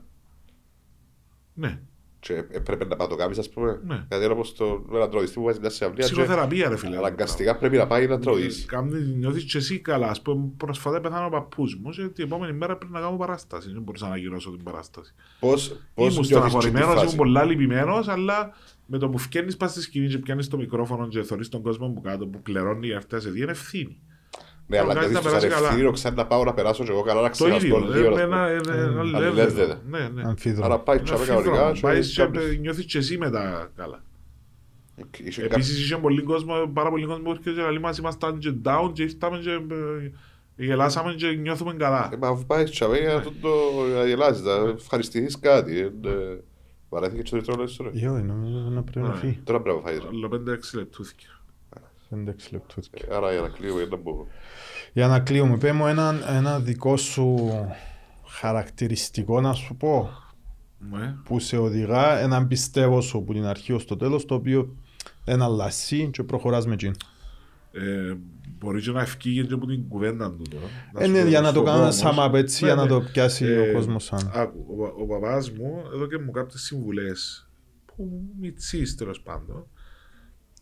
Ναι,
και έπρεπε να πάω το κάνεις ας πούμε
Ναι.
γιατί είναι όπως το έναν τραγουδιστή που βάζει μια σε αυλία και
ψυχοθεραπεία ρε φίλε.
αναγκαστικά πρέπει να πάει να
Κάνεις-
τραγουδείς
Κάνεις, Ε, νιώθεις και εσύ καλά. Ας πούμε, προσφατά πεθάνω ο παππούς μου και την επόμενη μέρα πρέπει να κάνω παράσταση. Δεν μπορούσα να ανακοινώσω την παράσταση.
Πώς, πώς
Ήμουν στεναχωρημένος,
φάση.
ήμουν πολλά λυπημένος, αλλά με το που φκαίνεις πας στη σκηνή και πιάνεις το μικρόφωνο και θωρείς τον κόσμο που κάτω που κλερώνει αυτά σε δύο είναι ευθύνη.
Ναι, αλλά
Κάνεις
νιώθεις
να
τους
περάσει καλά.
αρευθύνω ξανά να πάω να περάσω και εγώ καλά να
Το
ξεχαστώ
ίδιο,
λίγο,
ε,
ας
με
πούμε.
ένα ένα- ένα
αλληλεύθερο.
αλληλεύθερο. Ναι, ναι.
Αμφίδρομο.
Άρα πάει
Ένα
τσάμε
φίδρο,
κανονικά
Πάεις
και
και νιώθεις και εσύ μετά καλά.
Είχε κάποιο-
Επίσης είχε πολύ κόσμο, πάρα πολύ κόσμο που έρχεται και λέει μας ήμασταν και down και ήρθαμε και ε, γελάσαμε και νιώθουμε καλά.
Ε, Μα αφού πάει τσαβέ
Ναι.
για να το, το να γελάζεις, να ευχαριστηθείς κάτι. ε, ε, Βαρέθηκε και το τρίτο λεπτό. ρε.
Ιω, νομίζω να πρέπει να
Ναι.
φύγει.
Τώρα πρέπει να φάει. ρε.
Αλλά 5-6 λεπτούθηκε.
5-6 λεπτούτια.
Ε, Άρα για να κλείω, για να μπω.
Για να κλείουμε, πέ μου έναν, ένα δικό σου χαρακτηριστικό να σου πω
Ναι.
που σε οδηγά έναν πιστεύω σου που την αρχή ως το τέλος το οποίο δεν αλλάζει και προχωράς με εκείνο.
Ε, μπορεί και να ευκήγε και από την κουβέντα του τώρα. Να
Ε,
σου
ναι,
πω,
για να
στο
το κάνω ένα
δρόμος,
sum up έτσι, για
ναι,
να
ναι.
το πιάσει ο κόσμος σαν.
Άκου, ο, πα- ο παπάς μου εδώ και μου κάποιες συμβουλές που μητσείς τέλος πάντων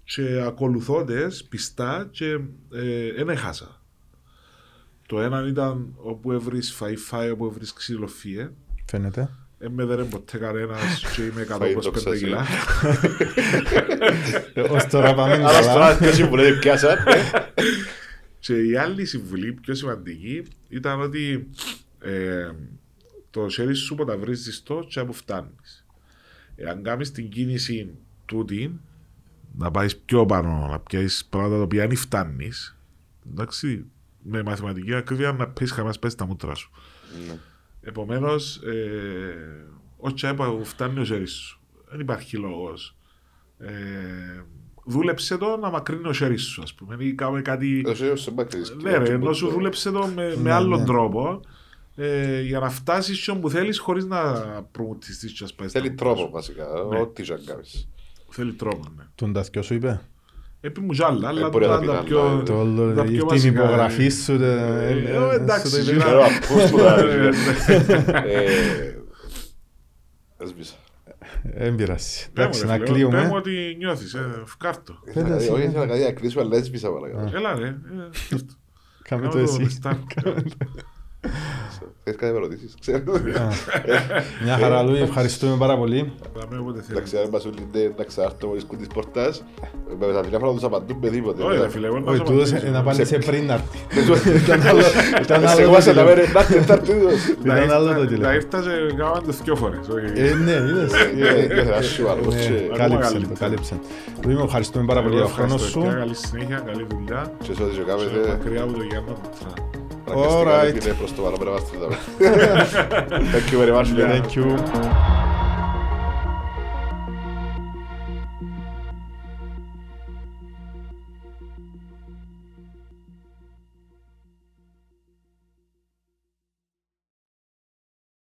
και ακολουθώντες πιστά και ε, εν έχασα. Το ένα ήταν όπου έβρις φαϊφάι, όπου έβρις ξυλοφίε.
Φαίνεται.
Ε, με δέρε ποτέ κανένας και είμαι
Φάει το
125 κιλά.
Ως τώρα πάμε
Άρα
καλά.
στο ποιος που λέει πιάσα.
Και η άλλη συμβουλή, πιο σημαντική, ήταν ότι ε, το χέρι σου που τα βρεις ζεστό και από φτάνεις. Εάν κάνεις την κίνηση τούτη, να πάει πιο πάνω, να πιάσεις πράγματα τα οποία αν φτάνεις, εντάξει, με μαθηματική ακρίβεια να πεις χαμάς πέσει τα μούτρα σου. Επομένως, ε, ο Τσέπα φτάνει ο χέρι σου. Δεν υπάρχει λόγος. Ε, δούλεψε το να μακρύνει ο χέρι σου, ας πούμε. Ή κάμε κάτι.
Το σέριο σε μπάκρις.
Ναι, ρε, ενώ σου δούλεψε το με, με
Ναι,
άλλον
ναι.
τρόπο ε, για να φτάσεις σε όπου θέλεις χωρίς να προμουτιστεί και να σπάσει. τα
Θέλει
μούτρα σου.
τρόπο βασικά,
Ναι.
ό,τι και αν κάνεις.
Θέλει τρόπο, ναι.
Τον ταθιό σου είπε.
Επί μου ζάλα, αλλά
Ε, μπορεί να
τώρα
πει
τα
άλλα,
πιο.
ε,
Το όλο,
τα πιο
την
βασικά,
υπογραφή
ε.
σου. ρε,
Ε,
ε,
ε,
ε,
εντάξει,
σου το είπε.
γυρνάω.
Ξέρω, ακούς που τα
Ε,
λες.
ναι.
Ε, Έσβησα.
Ε, Δεν πειράζει.
Ναι,
Εντάξει,
μου,
να
ρε φίλε, Πες μου
κλείουμε.
ότι νιώθει, ε, φκάρτο.
Ήθελα-
Φέτος
Όχι,
είναι.
ήθελα κάτι να κλείσω, αλλά έσβησα παρακαλώ.
Έλα, ρε. ε, φκάρτο.
Κάμε
Κάμε
το
το
εσύ.
restart.
Κάμε το-
Θες κάτι να με ρωτήσεις, ξέρω.
Μια χαρά,
Ε,
Λούι. Ευχαριστούμε πάρα πολύ.
Πάμε όποτε θέλεις.
Εντάξει, αν μας ούλυνται, να ξαρτώ μόλις κουτής πορτάς, με τα τηλέφωνα τους απαντούν με τίποτε.
Όχι, ρε φίλε, εγώ να
Όχι,
σου
τούτος
απαντήσω.
να απάντησε πριν να έρθει. Ήταν άλλο- Ήταν
Σε
άλλο το
κόμασε να
τηλέφωνο.
μένει, να έρθει, να έρθει τούτος.
Τα
Ήταν άλλο το
ήρθα- Τα
τηλέφωνο.
ήρθα σε γάμαν τους δυο φορές. όχι.
Ε, Ναι, είδες.
Ε, δεν θα σου άλλο,
Ναι,
ε,
και-
Κάλυψε
καλύτερα.
το, κάλυψε. Λούι μου, ευχαριστούμε πάρα πολύ
Εγώ
για το χρόνο
ε, ευχαριστώ,
σου.
παιδιά, Καλή συνέχεια, καλή δουλειά.
και σε ό,τι και
Και
κάνετε,
Μακριά από το Γιάννο Κουτσά.
αναγκαστικά,
Alright.
είναι προς το παραπέρα μας, τι θα πω. Thank you very much. παιδιά.
Thank you.